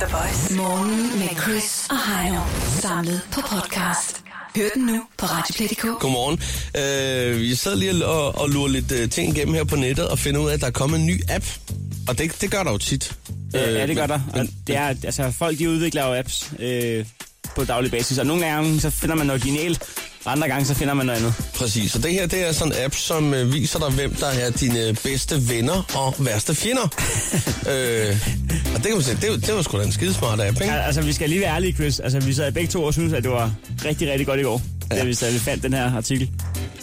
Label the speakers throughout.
Speaker 1: The Voice. Morgen med Chris og Heino. Samlet på podcast. Hør den nu på Radioplay.dk.
Speaker 2: Godmorgen. Øh, jeg sad lige og, og lurer lidt øh, ting igennem her på nettet og finder ud af, at der er kommet en ny app. Og det, det gør der jo tit.
Speaker 3: Øh, ja, det gør
Speaker 2: men-
Speaker 3: der. Og
Speaker 2: men-
Speaker 3: det er, altså, folk de udvikler jo apps øh, på daglig basis, og nogle gange så finder man noget genialt, og andre gange så finder man noget andet.
Speaker 2: Præcis, og det her det er sådan en app, som øh, viser dig, hvem der er dine øh, bedste venner og værste fjender. øh, og det kan man sige, det, er jo- det var sgu da en skidesmart app, ikke?
Speaker 3: Al- Altså, vi skal lige være ærlige, Chris. Altså, vi sad begge to og synes, at det var rigtig, rigtig godt i går, ja. da, vi, da vi fandt den her artikel.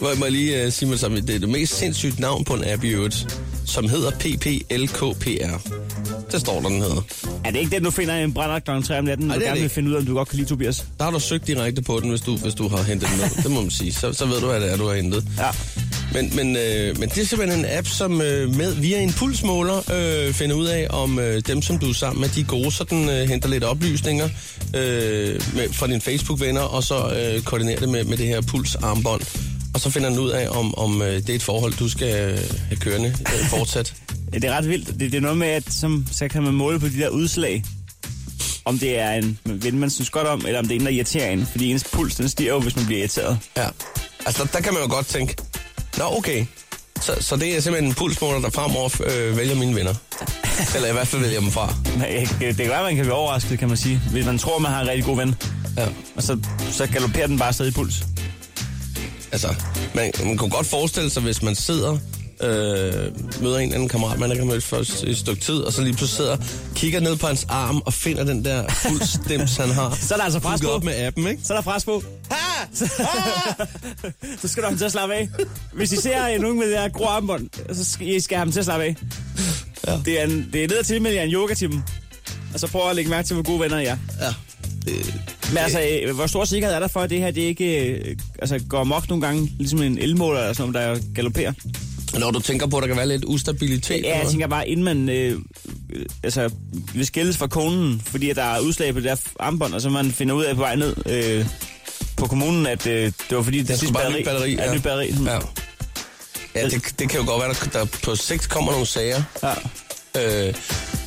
Speaker 2: Må jeg må jeg lige øh, sige mig det samme, det er det mest sindssygt navn på en app i øvrigt, som hedder PPLKPR. Det står der, den hedder.
Speaker 3: Er det ikke det, du finder i en brænder kl. 3 om natten,
Speaker 2: Nej,
Speaker 3: og
Speaker 2: det er det
Speaker 3: gerne vil
Speaker 2: ikke.
Speaker 3: finde ud af, om du godt kan lide Tobias?
Speaker 2: Der har du søgt direkte på den, hvis du, hvis du har hentet den ned. Det må man sige. Så, så ved du, hvad det er, du har hentet.
Speaker 3: Ja.
Speaker 2: Men, men, øh, men det er simpelthen en app, som øh, med, via en pulsmåler øh, finder ud af, om øh, dem, som du er sammen med, de er gode. Så den øh, henter lidt oplysninger øh, med, fra dine Facebook-venner, og så øh, koordinerer det med, med det her pulsarmbånd. Og så finder den ud af, om, om øh, det er et forhold, du skal øh, have kørende øh, fortsat.
Speaker 3: Ja, det er ret vildt. Det, det er noget med, at som, så kan man måle på de der udslag, om det er en ven, man synes godt om, eller om det er en, der irriterer en. Fordi ens puls, den stiger jo, hvis man bliver irriteret.
Speaker 2: Ja. Altså, der, der kan man jo godt tænke, nå okay, så, så det er simpelthen en pulsmåler, der fremover øh, vælger mine venner. Eller i hvert fald vælger dem fra.
Speaker 3: Men, øh, Det kan være, man kan blive overrasket, kan man sige. Hvis man tror, man har en rigtig god ven,
Speaker 2: Ja.
Speaker 3: og så, så galopperer den bare stadig i puls.
Speaker 2: Altså, man, man kunne godt forestille sig, hvis man sidder, øh, møder en eller anden kammerat, man ikke har mødt for et, et stykke tid, og så lige pludselig sidder, kigger ned på hans arm og finder den der puls han har.
Speaker 3: Så er der altså pres
Speaker 2: Hooket
Speaker 3: på.
Speaker 2: op med appen, ikke?
Speaker 3: Så er der pres på.
Speaker 2: Ah!
Speaker 3: Så skal du have ham til at slappe af. Hvis I ser en unge med det her grå armbånd, så skal I skal have ham til at slappe af. Ja. Det er, en, det er ned til med jer en yoga til dem. Og så prøv at lægge mærke til, hvor gode venner I er.
Speaker 2: Ja. Det,
Speaker 3: Men altså, øh, hvor stor sikkerhed er der for, at det her det ikke øh, altså, går mok nogle gange, ligesom en elmåler eller sådan noget, der galopperer?
Speaker 2: når du tænker på, at der kan være lidt ustabilitet.
Speaker 3: Ja, jeg
Speaker 2: eller
Speaker 3: tænker bare, inden man øh, øh, altså, vil skilles fra konen, fordi at der er udslag på det der armbånd, og så man finder ud af på vej ned øh, på kommunen, at øh, det var fordi, det,
Speaker 2: skulle
Speaker 3: sidste
Speaker 2: bare et nyt batteri,
Speaker 3: Ja,
Speaker 2: ja.
Speaker 3: nyt batteri.
Speaker 2: hvad? ja. ja det, det, kan jo godt være, at der, der på sigt kommer nogle sager.
Speaker 3: ja.
Speaker 2: Øh,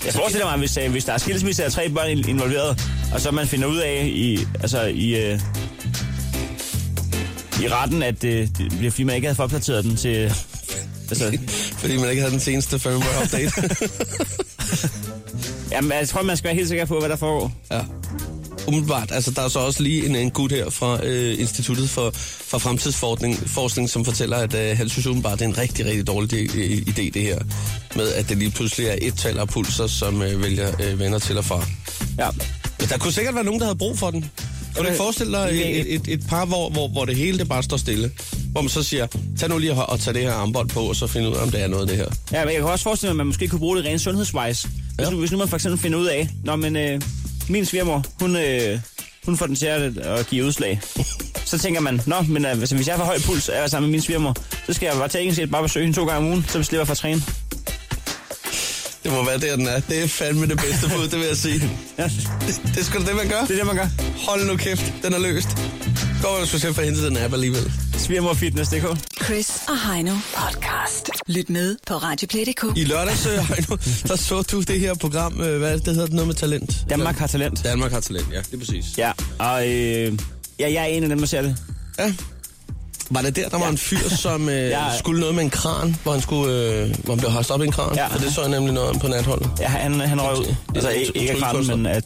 Speaker 3: Jeg forestiller mig, hvis, øh, hvis der er skilsmisse af tre børn in- involveret, og så man finder ud af i, altså i, øh, i retten, at øh, det bliver fordi, man ikke havde forplateret den til... Altså,
Speaker 2: fordi man ikke havde den seneste firmware update.
Speaker 3: jamen, jeg tror, man skal være helt sikker på, hvad der foregår.
Speaker 2: Ja. Umiddelbart. Altså, der er så også lige en, en gut her fra øh, Instituttet for, for Fremtidsforskning, forskning, som fortæller, at øh, han synes umiddelbart, det er en rigtig, rigtig dårlig di- øh, idé, det her. Med, at det lige pludselig er et tal af pulser, som øh, vælger øh, venner til og fra.
Speaker 3: Ja.
Speaker 2: Men der kunne sikkert være nogen, der havde brug for den. Kan du ikke forestille dig et, et, et, et par, hvor, hvor, hvor det hele det bare står stille? Hvor man så siger, tag nu lige og, og tag det her armbånd på, og så find ud af, om det er noget af det her.
Speaker 3: ja, men jeg kan også forestille mig, at man måske kunne bruge det rent sundhedsvejs. Hvis,
Speaker 2: Ja.
Speaker 3: nu, hvis nu man for eksempel finder ud af, når men øh, min svigermor, hun, øh, hun får den til at, at give udslag. Så tænker man, nå, men øh, hvis hvis jeg har for høj puls, og jeg er sammen med min svigermor, så skal jeg bare tage en set, bare besøge hende to gange om ugen, så slipper jeg for at træne.
Speaker 2: Det må være der, den er. Det er fandme det bedste bud, det vil jeg sige.
Speaker 3: Ja.
Speaker 2: Det, det er sgu da det, man gør.
Speaker 3: Det er det, man gør.
Speaker 2: Hold nu kæft, den er løst. Går man specielt for at hente den app alligevel.
Speaker 3: Svigermorfitness.dk.
Speaker 1: Chris og Heino podcast. Lyt med på Radioplay.dk.
Speaker 2: I lørdags, øh, Heino, der så du det her program, øh, hvad er det, det hedder, noget med talent?
Speaker 3: Danmark har talent.
Speaker 2: Danmark har talent, ja, det er præcis.
Speaker 3: Ja, og øh, ja, jeg er en af dem, der ser det.
Speaker 2: ja. Var det der, der var en fyr, som øh, ja.
Speaker 3: Ja.
Speaker 2: skulle noget med en kran, hvor han, skulle, øh, hvor han blev holdt op i en kran?
Speaker 3: Ja.
Speaker 2: Ja. Og det så jeg nemlig noget om på natholdet.
Speaker 3: Ja, han, han røg ud. Altså ikke, ikke af kranen, men af,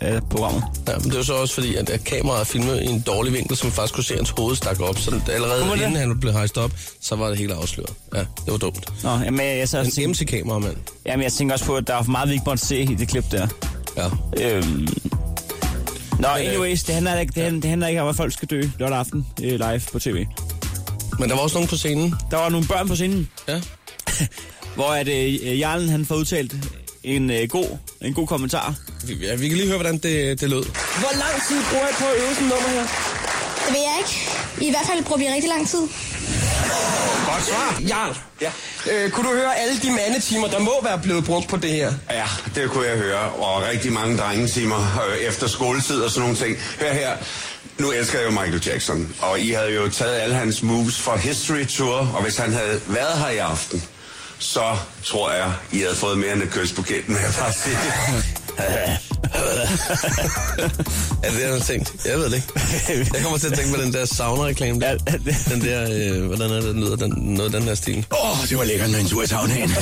Speaker 3: af programmet.
Speaker 2: Ja, men det var så også fordi, at, at kameraet filmede i en dårlig vinkel, som faktisk kunne se, at hans hoved stak op. Så allerede
Speaker 3: Kunne man det?
Speaker 2: inden han blev hejst op, så var det helt afsløret. Ja, det var dumt.
Speaker 3: Nå, jamen, jeg, så også
Speaker 2: En
Speaker 3: tænker,
Speaker 2: MC-kameramand.
Speaker 3: jamen, jeg tænker også på, at der er for meget, vi ikke måtte se i det klip der.
Speaker 2: Ja.
Speaker 3: Øhm. Nå,
Speaker 2: øh,
Speaker 3: anyways, det handler, ikke, det, handler, det handler ikke om, at folk skal dø lørdag aften øh, live på tv.
Speaker 2: Men der var også nogen på scenen.
Speaker 3: Der var nogle børn på scenen,
Speaker 2: Ja.
Speaker 3: hvor at, øh, Jarlen han får udtalt en, øh, god, en god kommentar.
Speaker 2: Vi, ja, vi kan lige høre, hvordan det, det lød.
Speaker 4: Hvor lang tid bruger jeg på at øve sådan nummer her?
Speaker 5: Det ved jeg ikke. I hvert fald bruger vi rigtig lang tid.
Speaker 4: Godt svar.
Speaker 2: Jarl,
Speaker 4: Ja.
Speaker 2: øh, kunne du høre alle de mandetimer, der må være blevet brugt på det her?
Speaker 6: Ja, det kunne jeg høre. Og rigtig mange drengetimer øh, efter skoletid og sådan nogle ting. Hør her. Nu elsker jeg jo Michael Jackson, og I havde jo taget alle hans moves fra History Tour, og hvis han havde været her i aften, så tror jeg, I havde fået mere end et kys på kæden, med jeg bare sige.
Speaker 2: er det det, han har tænkt? Jeg ved det ikke. Jeg kommer til at tænke på den der sauna-reklame der.
Speaker 3: Ja, det-
Speaker 2: Den der, øh, hvordan er det, den lyder, den, noget af den her stil.
Speaker 7: Åh, oh, det var lækkert med en tur i saunaen.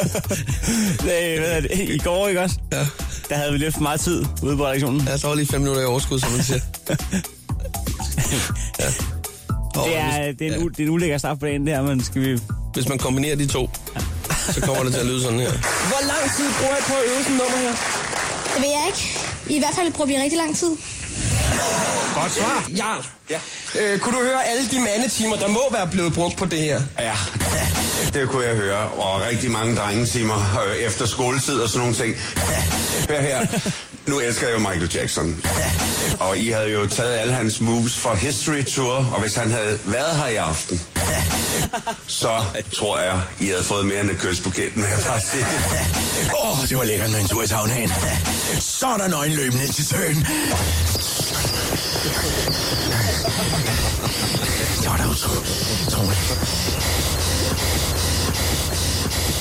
Speaker 3: Øh, hvad er det? I går, ikke også? Ja. Der havde vi lidt for meget tid ude på redaktionen.
Speaker 2: Ja, så var lige fem minutter i overskud, som man siger. ja. Og
Speaker 3: Det er,
Speaker 2: hvis,
Speaker 3: det er en, u- det er en ulækker start på dagen, det her, men skal vi...
Speaker 2: hvis man kombinerer de to, så kommer det til at lyde sådan her.
Speaker 4: Hvor lang tid bruger jeg på at øve sådan et nummer her?
Speaker 5: Det ved jeg ikke. I hvert fald bruger vi rigtig lang tid.
Speaker 4: Godt svar. Ja. ja. Øh, kunne du høre alle de mandetimer, der må være blevet brugt på det her?
Speaker 6: Ja, det kunne jeg høre. Og rigtig mange drengetimer øh, efter skoletid og sådan nogle ting. Hør her. Nu elsker jeg jo Michael Jackson. Og I havde jo taget alle hans moves fra History Tour, og hvis han havde været her i aften, så tror jeg, I havde fået mere end et kys på kæden, vil jeg bare sige.
Speaker 7: Åh, oh, det var lækkert med en tur i saunaen. Så er der nøgen løbende til søen. Det var da utroligt.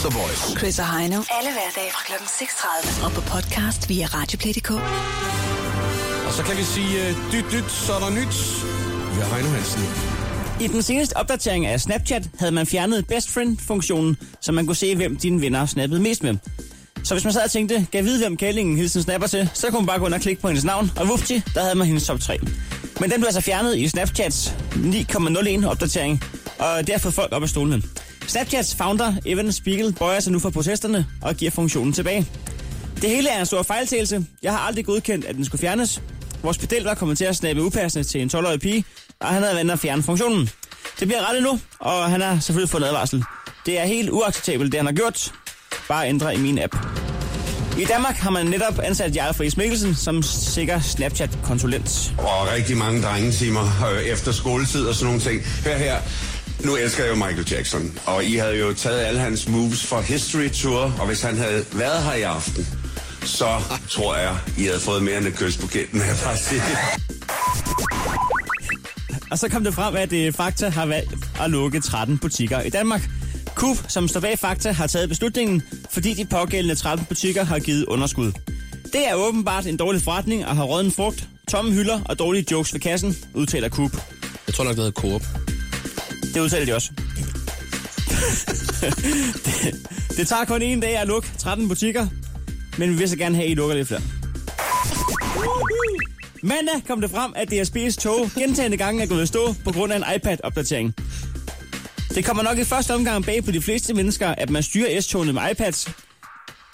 Speaker 7: The Voice.
Speaker 1: Chris og Heino. Alle hverdage fra kl. 6.30. Og på podcast via Radioplay.dk.
Speaker 2: Og så kan vi sige, øh, dyt, dyt, så er der nyt. Vi har Heino Hansen.
Speaker 3: I den seneste opdatering af Snapchat havde man fjernet best friend-funktionen, så man kunne se, hvem dine venner snappede mest med. Så hvis man sad og tænkte, kan jeg vide, hvem kællingen hilsen snapper til, så kunne man bare gå ind og klikke på hendes navn, og vupti, der havde man hendes top 3. Men den blev altså fjernet i Snapchats 9.01 opdatering, og det har fået folk op af stolene. Snapchats founder Evan Spiegel bøjer sig nu for protesterne og giver funktionen tilbage. Det hele er en stor fejltagelse. Jeg har aldrig godkendt, at den skulle fjernes. Vores pedel var kommet til at snappe upassende til en 12-årig pige, og han havde været at fjerne funktionen. Det bliver rettet nu, og han har selvfølgelig fået en advarsel. Det er helt uacceptabelt, det han har gjort. Bare ændre i min app. I Danmark har man netop ansat Jarl Friis Mikkelsen som sikker Snapchat-konsulent.
Speaker 6: Og rigtig mange drengetimer øh, efter skoletid og sådan nogle ting. Hør her. Nu elsker jeg jo Michael Jackson. Og I havde jo taget alle hans moves fra History Tour. Og hvis han havde været her i aften, så tror jeg, I havde fået mere end et kys på kæden, vil jeg bare sige.
Speaker 3: Og så kom det frem, at øh, Fakta har valgt at lukke 13 butikker i Danmark. Coop, som står bag Fakta, har taget beslutningen, fordi de pågældende 13 butikker har givet underskud. Det er åbenbart en dårlig forretning at have rådden frugt, tomme hylder og dårlige jokes ved kassen, udtaler Coop.
Speaker 2: Jeg tror nok, det hedder Coop.
Speaker 3: Det udtaler de også. det, det tager kun en dag at lukke 13 butikker, men vi vil så gerne have, at I lukker lidt flere. Mandag kom det frem, at DSB's tog gentagende gange er gået i stå på grund af en iPad-opdatering. Det kommer nok i første omgang bag på de fleste mennesker, at man styrer S-togene med iPads.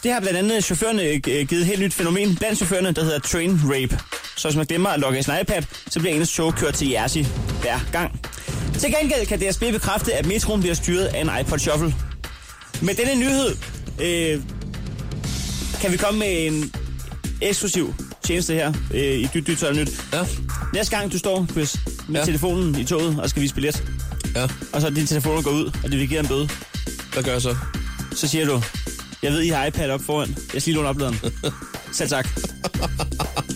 Speaker 3: Det har blandt andet chaufførerne øh, givet et helt nyt fænomen blandt chaufførerne, der hedder train rape. Så hvis man glemmer at logge sin iPad, så bliver ens tog kørt til Jersey hver gang. Til gengæld kan DSB bekræfte, at metroen bliver styret af en iPod Shuffle. Med denne nyhed øh, kan vi komme med en eksklusiv tjeneste her øh, i Dyt Dyt så er det Nyt.
Speaker 2: Ja,
Speaker 3: Næste gang du står, Chris, med
Speaker 2: Ja.
Speaker 3: ja. telefonen i toget og skal vise billet,
Speaker 2: ja.
Speaker 3: og så din telefon går ud, og det vil give dig en bøde,
Speaker 2: Hvad gør jeg så?
Speaker 3: så siger du, jeg ved, I har iPad op foran. Jeg skal lige låne opladeren. Selv tak.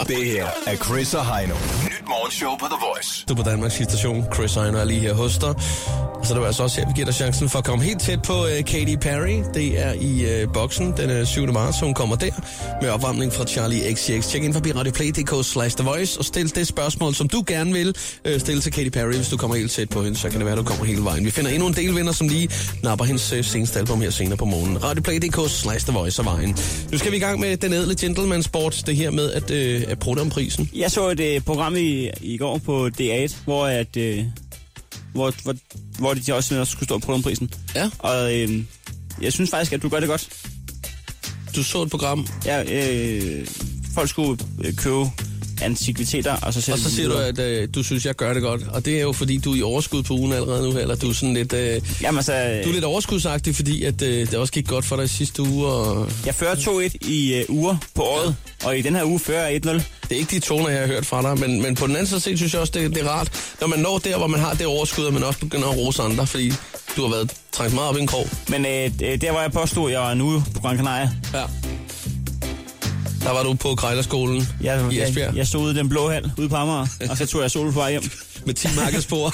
Speaker 7: Det her er Chris og Heino. Nyt morgenshow på The Voice.
Speaker 2: Du er på Danmarks station. Chris Einer er lige her hos dig. Og så er det jo altså også her, vi giver dig chancen for at komme helt tæt på uh, Katy Perry. Det er i uh, boksen den øh, 7. marts, hun kommer der med opvarmning fra Charlie XCX. Tjek ind forbi radioplay.dk slash The Voice og stil det spørgsmål, som du gerne vil øh, stille til Katy Perry. Hvis du kommer helt tæt på hende, så kan det være, at du kommer hele vejen. Vi finder endnu en delvinder, som lige napper hendes øh, seneste album her senere på morgenen. Radioplay.dk slash The Voice er vejen. Nu skal vi i gang med den ædle gentleman sport. Det her med at, øh, at prutte om prisen.
Speaker 3: Jeg så et øh, program i, i går på D8, hvor, at, øh, hvor, hvor, hvor de også skulle stå på prisen.
Speaker 2: Ja.
Speaker 3: Og øh, jeg synes faktisk, at du gør det godt.
Speaker 2: Du så et program,
Speaker 3: Ja, øh, folk skulle øh, købe antikviteter, og så sælge
Speaker 2: Og så
Speaker 3: dem
Speaker 2: siger du,
Speaker 3: videre.
Speaker 2: at øh, du synes, jeg gør det godt. Og det er jo, fordi du er i overskud på ugen allerede nu, eller du er sådan lidt, øh,
Speaker 3: Jamen altså, øh,
Speaker 2: du er lidt overskudsagtig, fordi at, øh, det også gik godt for dig i sidste uge. Og
Speaker 3: jeg fører 2-1 i øh, uger på året, og i den her uge fører jeg 1-0.
Speaker 2: det er ikke de toner, jeg har hørt fra dig, men, men på den anden side set synes jeg også, det, det er rart, når man når der, hvor man har det overskud, og man også begynder at rose andre, fordi du har været trængt meget op i en krog.
Speaker 3: Men øh, øh, der, hvor jeg påstod, at jeg var nu på Gran Canaria,
Speaker 2: Ja. Der var du på Grejlerskolen
Speaker 3: jeg,
Speaker 2: i Esbjerg
Speaker 3: jeg, jeg stod ude i den blå hal ude på Amager, og så tog jeg sol på vej hjem.
Speaker 2: med 10 markedsbord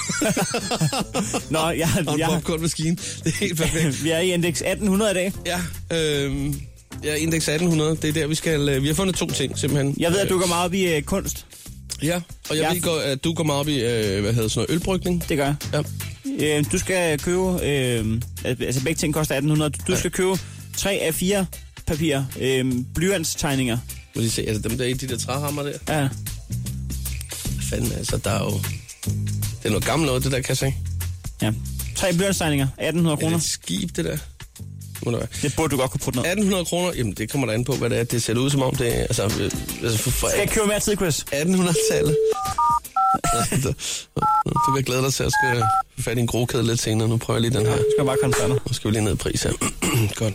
Speaker 3: Nå, jeg,
Speaker 2: og en
Speaker 3: jeg,
Speaker 2: popcornmaskine. Det er helt perfekt.
Speaker 3: vi er i indeks 1800 i dag.
Speaker 2: Ja, øhm, Ja, indeks 1800, det er der, vi skal... øh, Vi har fundet to ting, simpelthen.
Speaker 3: Jeg ved, at du går meget op i øh, kunst.
Speaker 2: Ja, og jeg
Speaker 3: Ja.
Speaker 2: ved godt, at du går meget op i, øh, hvad hedder sådan noget, ølbrygning.
Speaker 3: Det gør jeg.
Speaker 2: Ja.
Speaker 3: Øh, du skal købe... Øh, altså, begge ting koster 1800. Du skal købe tre af fire papir. Øh, blyantstegninger.
Speaker 2: Må lige se, altså dem der i de der træhammer der.
Speaker 3: Ja.
Speaker 2: Fanden, altså, der er jo... Det er noget gammelt noget, det der, kan jeg se.
Speaker 3: ja. Tre blyantstegninger. 1800
Speaker 2: Er det
Speaker 3: kroner.
Speaker 2: et skib, det der? Må det være.
Speaker 3: Det burde du godt kunne putte ned.
Speaker 2: 1800 kroner, jamen det kommer da an på, hvad det er. Det ser ud som om, det er, altså, øh, altså for, for
Speaker 3: Skal jeg købe mere tid, Chris?
Speaker 2: 1800-tallet. Ja, du- du kan glæde dig til at skal få fat i en grokæde lidt senere. Nu prøver jeg lige den her.
Speaker 3: Du skal bare koncerter.
Speaker 2: Nu skal vi lige ned i pris her. Godt.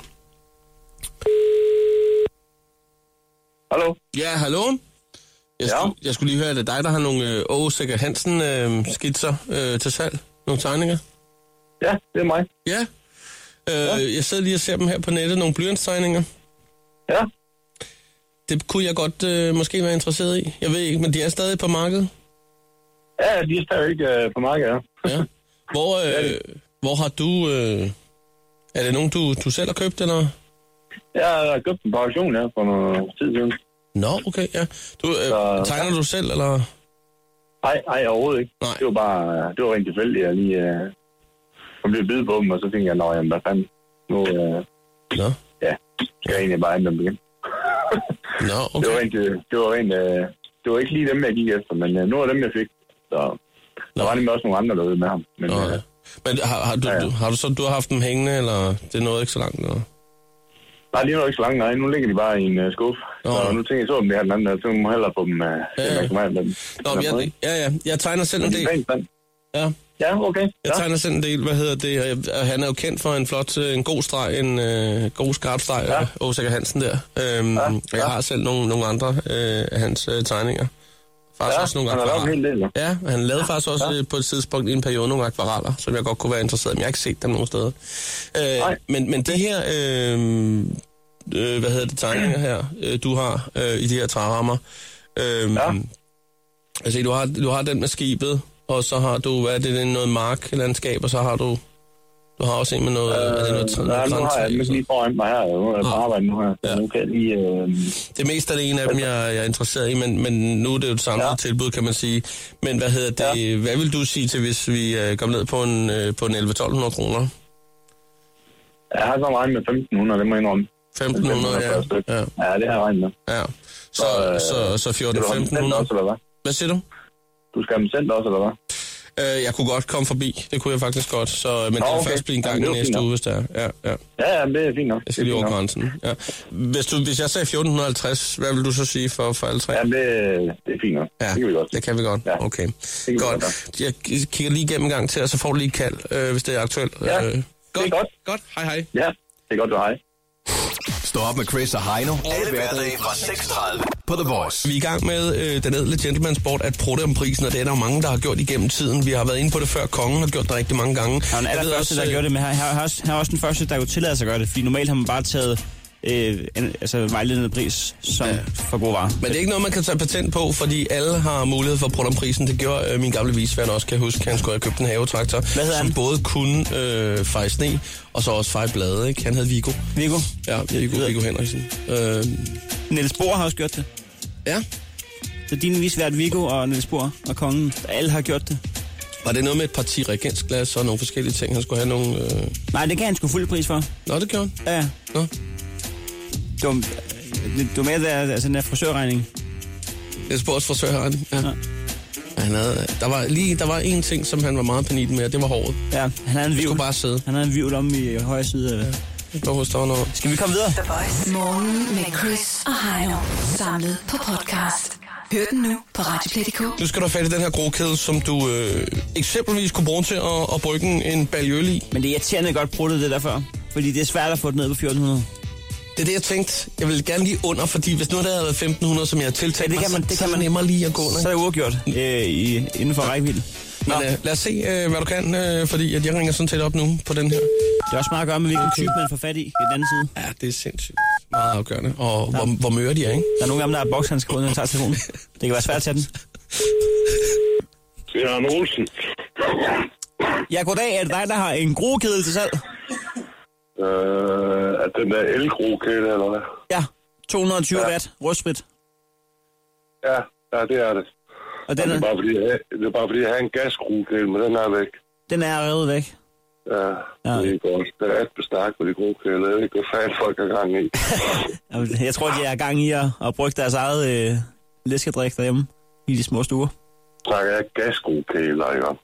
Speaker 8: Hallo?
Speaker 2: Ja, hallo? Jeg,
Speaker 8: Ja.
Speaker 2: Skulle, jeg skulle lige høre, er det dig, der har nogle øh, Aarhus Sikker Hansen-skitser øh, til salg? Nogle tegninger?
Speaker 8: Ja, det er mig.
Speaker 2: Ja. Øh, Jeg sidder lige og ser dem her på nettet, nogle blyantstegninger.
Speaker 8: Ja,
Speaker 2: Det kunne jeg godt øh, måske være interesseret i. Jeg ved ikke, men de er stadig på markedet.
Speaker 8: ja de er stadig øh, på markedet. ja.
Speaker 2: Ja. Hvor, øh, hvor har du... Øh, er det nogen, du, du selv har købt, eller?
Speaker 8: Jeg har købt en på auktion her for noget tid siden.
Speaker 2: Nå, okay, ja. Du, øh,
Speaker 8: Så-
Speaker 2: tegner du selv, eller?
Speaker 8: Nej, nej, overhovedet ikke.
Speaker 2: Nej.
Speaker 8: Det var bare, det var rent tilfældigt, jeg lige øh, kom til at byde på dem, og så tænkte jeg, nå, jamen, hvad fanden, nu, øh,
Speaker 2: Nå,
Speaker 8: ja, skal jeg egentlig bare anvende dem igen.
Speaker 2: Nå
Speaker 8: Det var
Speaker 2: okay.
Speaker 8: rent, øh, det var rent, øh, det var ikke lige dem, jeg gik efter, men øh, nogle af dem, jeg fik, så
Speaker 2: Nå.
Speaker 8: der var nemlig også nogle andre, der var ude med ham. Men,
Speaker 2: Nå, ja.
Speaker 8: øh,
Speaker 2: Men har, har, du,
Speaker 8: Ja, ja.
Speaker 2: du, har du så du har haft dem hængende, eller det nåede ikke så langt? Eller?
Speaker 8: nej, lige nu er ikke så langt, nej, nu ligger de bare i en øh, skuffe.
Speaker 2: Nå.
Speaker 8: Så nu tænker jeg så, om det her den anden, så må jeg hellere få dem, øh,
Speaker 2: Ja, ja.
Speaker 8: ja, ja. dem.
Speaker 2: Nå, men jeg, ja, ja, jeg tegner selv en del. Ja,
Speaker 8: Ja, okay.
Speaker 2: jeg
Speaker 8: Ja.
Speaker 2: tegner selv en del, hvad hedder det, og, jeg, og han er jo kendt for en flot, øh, en god streg, en øh, god skarp streg, ja.
Speaker 8: Ja.
Speaker 2: Åsager Hansen der. Øhm, ja, ja. Jeg har selv nogle, nogle andre øh, af hans øh, tegninger. Faktisk
Speaker 8: Ja,
Speaker 2: også nogle
Speaker 8: han har lavet
Speaker 2: akvareller.
Speaker 8: en hel del,
Speaker 2: Ja, og han lavede faktisk også ja. på et tidspunkt i en periode nogle akvareller, som jeg godt kunne være interesseret i, men jeg har ikke set dem nogen steder. Øh,
Speaker 8: Nej.
Speaker 2: men, men de her, øh, øh, hvad hedder det, tegninger her, øh, du har øh, i de her trærammer, øh, ja.
Speaker 8: Ja.
Speaker 2: altså du har, du har den med skibet, og så har du, hvad er det, det er noget marklandskab, og så har du, du har også en med noget, øh, er det noget, træ-
Speaker 8: Nej,
Speaker 2: noget
Speaker 8: nu har
Speaker 2: grantræ
Speaker 8: jeg
Speaker 2: eller
Speaker 8: dem ikke
Speaker 2: sådan
Speaker 8: lige foran mig her. Nu er jeg på
Speaker 2: Ah.
Speaker 8: arbejde nu her.
Speaker 2: Ja.
Speaker 8: Ja. Nu kan jeg lige... Øh,
Speaker 2: Det meste af det ene af dem, jeg, jeg er interesseret i, men, men nu er det jo et samlet ja.
Speaker 8: Ja.
Speaker 2: tilbud, kan man sige. Men hvad hedder det? Ja. Hvad vil du sige til, hvis vi øh, kom ned på en, øh, på en 11-1200 kroner?
Speaker 8: jeg har så regnet med 1.500, det må jeg indrømme.
Speaker 2: 1500, ja.
Speaker 8: per styk.
Speaker 2: ja,
Speaker 8: ja, det har jeg regnet med.
Speaker 2: ja. Så,
Speaker 8: Så, øh,
Speaker 2: så, så
Speaker 8: Skal du have dem sendt
Speaker 2: 14-1500.
Speaker 8: også, eller hvad?
Speaker 2: Hvad siger du?
Speaker 8: Du skal have dem sendt også, eller hvad?
Speaker 2: Øh, jeg kunne godt komme forbi. Det kunne jeg faktisk godt. Så, øh, men det
Speaker 8: Nå,
Speaker 2: vil
Speaker 8: okay.
Speaker 2: først blive en gang
Speaker 8: Jamen,
Speaker 2: i
Speaker 8: det er jo fint
Speaker 2: næste
Speaker 8: nok.
Speaker 2: uge, hvis det er. Ja, ja.
Speaker 8: Ja, ja, men det er fint nok.
Speaker 2: Jeg skal
Speaker 8: Det
Speaker 2: lige
Speaker 8: er
Speaker 2: over
Speaker 8: fint nok.
Speaker 2: grænsen. Ja. Hvis, du, hvis jeg sagde 1450, hvad vil du så sige for, for alle tre?
Speaker 8: Ja, det, det er fint nok.
Speaker 2: Ja,
Speaker 8: det kan vi godt.
Speaker 2: Det kan vi godt.
Speaker 8: Ja.
Speaker 2: Okay.
Speaker 8: vi
Speaker 2: Godt.
Speaker 8: godt
Speaker 2: Jeg k- kigger lige igennem en gang til, og så får du lige et kald, øh, hvis det er aktuelt.
Speaker 8: Ja,
Speaker 2: øh,
Speaker 8: det er godt.
Speaker 2: Godt. Hej hej.
Speaker 8: Ja, det er godt, du har.
Speaker 7: Stå op med Chris og Heino. Alle hverdage fra 6.30 på The Voice.
Speaker 2: Vi er i gang med øh, den edle gentleman sport at prutte om prisen, og det er der jo mange, der har gjort igennem tiden. Vi har været inde på det før. Kongen har gjort det rigtig mange gange.
Speaker 3: Han er den allerførste,
Speaker 2: øh,
Speaker 3: der gjorde det, men han, han, er også, han er også den første, der kunne tillade sig at gøre det, fordi normalt har man bare taget øh, en, altså vejledende pris som ja. for god varer.
Speaker 2: Men det er ikke noget, man kan tage patent på, fordi alle har mulighed for at prutte om prisen. Det gjorde øh, min gamle visvand også, kan jeg huske. Han skulle have købt en havetraktor,
Speaker 3: Hvad hedder
Speaker 2: som
Speaker 3: han?
Speaker 2: både kunne øh, feje sne, og så også feje blade. Ikke? Han hed Vigo.
Speaker 3: Viggo,
Speaker 2: Ja, Vigo, Vigo Henriksen. Øh,
Speaker 3: Niels Bohr har også gjort det.
Speaker 2: ja,
Speaker 3: Så din visvært Viggo og Niels Bohr og kongen, alle har gjort det.
Speaker 2: Var det noget med et parti reagensglas og nogle forskellige ting? Han skulle have nogle... Øh...
Speaker 3: Nej, det kan han sgu fuld pris for.
Speaker 2: Nå, det gjorde han.
Speaker 3: Ja, ja.
Speaker 2: Nå.
Speaker 3: det var, det var mere der, altså den der frisørregning.
Speaker 2: Jeg spurgte for søren. Ja.
Speaker 3: Ja.
Speaker 2: Ja, Han havde, øh, der var lige der var en ting, som han var meget panik med, og det var håret.
Speaker 3: Ja, han havde en
Speaker 2: Vi
Speaker 3: vivl.
Speaker 2: skulle bare sidde.
Speaker 3: Han havde en vivl om i øh, højre side. af-
Speaker 2: Det var hos dig noget.
Speaker 3: Skal vi komme videre?
Speaker 1: The Voice. Morgen med Chris og Heino. Samlet på podcast. Hør den nu på Radioplay.dk.
Speaker 2: Nu skal du have fat i den her grokæde, som du øh, eksempelvis kunne bruge til at, at brygge en- en baljeøl i.
Speaker 3: Men det er irriterende godt brugt det der før. Fordi det er svært at få det ned på 1400.
Speaker 2: Det er det, jeg tænkte. Jeg vil gerne lige under, fordi hvis nu det havde været 1500, som jeg har tiltalt
Speaker 3: Ja, det
Speaker 2: mig,
Speaker 3: kan man-
Speaker 2: så-
Speaker 3: det
Speaker 2: så
Speaker 3: kan
Speaker 2: er
Speaker 3: man-
Speaker 2: nemmere lige at gå under.
Speaker 3: Så er det uafgjort øh, i, inden for rækkevidde. Nå,
Speaker 2: Men øh, lad os se, øh, hvad du kan, øh, fordi at jeg ringer sådan set op nu på den her.
Speaker 3: det er også meget at gøre med, hvilken type man får fat i i den anden side.
Speaker 2: Ja, det er sindssygt meget afgørende. Og hvor, hvor møre de er, ikke?
Speaker 3: Der er nogle af dem, der har bokshandsker uden, når de tager telefonen. Det kan være svært at tage den.
Speaker 8: Jørgen Olsen.
Speaker 3: Ja, goddag. Er det dig, der har en grokæde til salg?
Speaker 8: Øh,
Speaker 9: at den der elgrokæle, eller hvad?
Speaker 3: Ja, 220
Speaker 9: Ja.
Speaker 3: watt rustfrit.
Speaker 9: Ja, ja, det er det.
Speaker 3: Og
Speaker 9: Den
Speaker 3: den
Speaker 9: er... Det, er
Speaker 3: er,
Speaker 9: bare fordi, jeg, det er bare fordi, jeg har en gasgrokæle, men den er væk.
Speaker 3: den er revet væk.
Speaker 9: Ja,
Speaker 3: Ja.
Speaker 9: ja. det er godt. Det er alt bestak med de grokæle. Jeg ved ikke, hvad fanden folk har gang i.
Speaker 3: Jamen, Jeg tror, de er i gang i at, at brygge deres eget øh, læskedrik derhjemme i de små stuer.
Speaker 9: Snakker jeg gasgrokæler, ikke? om?
Speaker 3: Nej,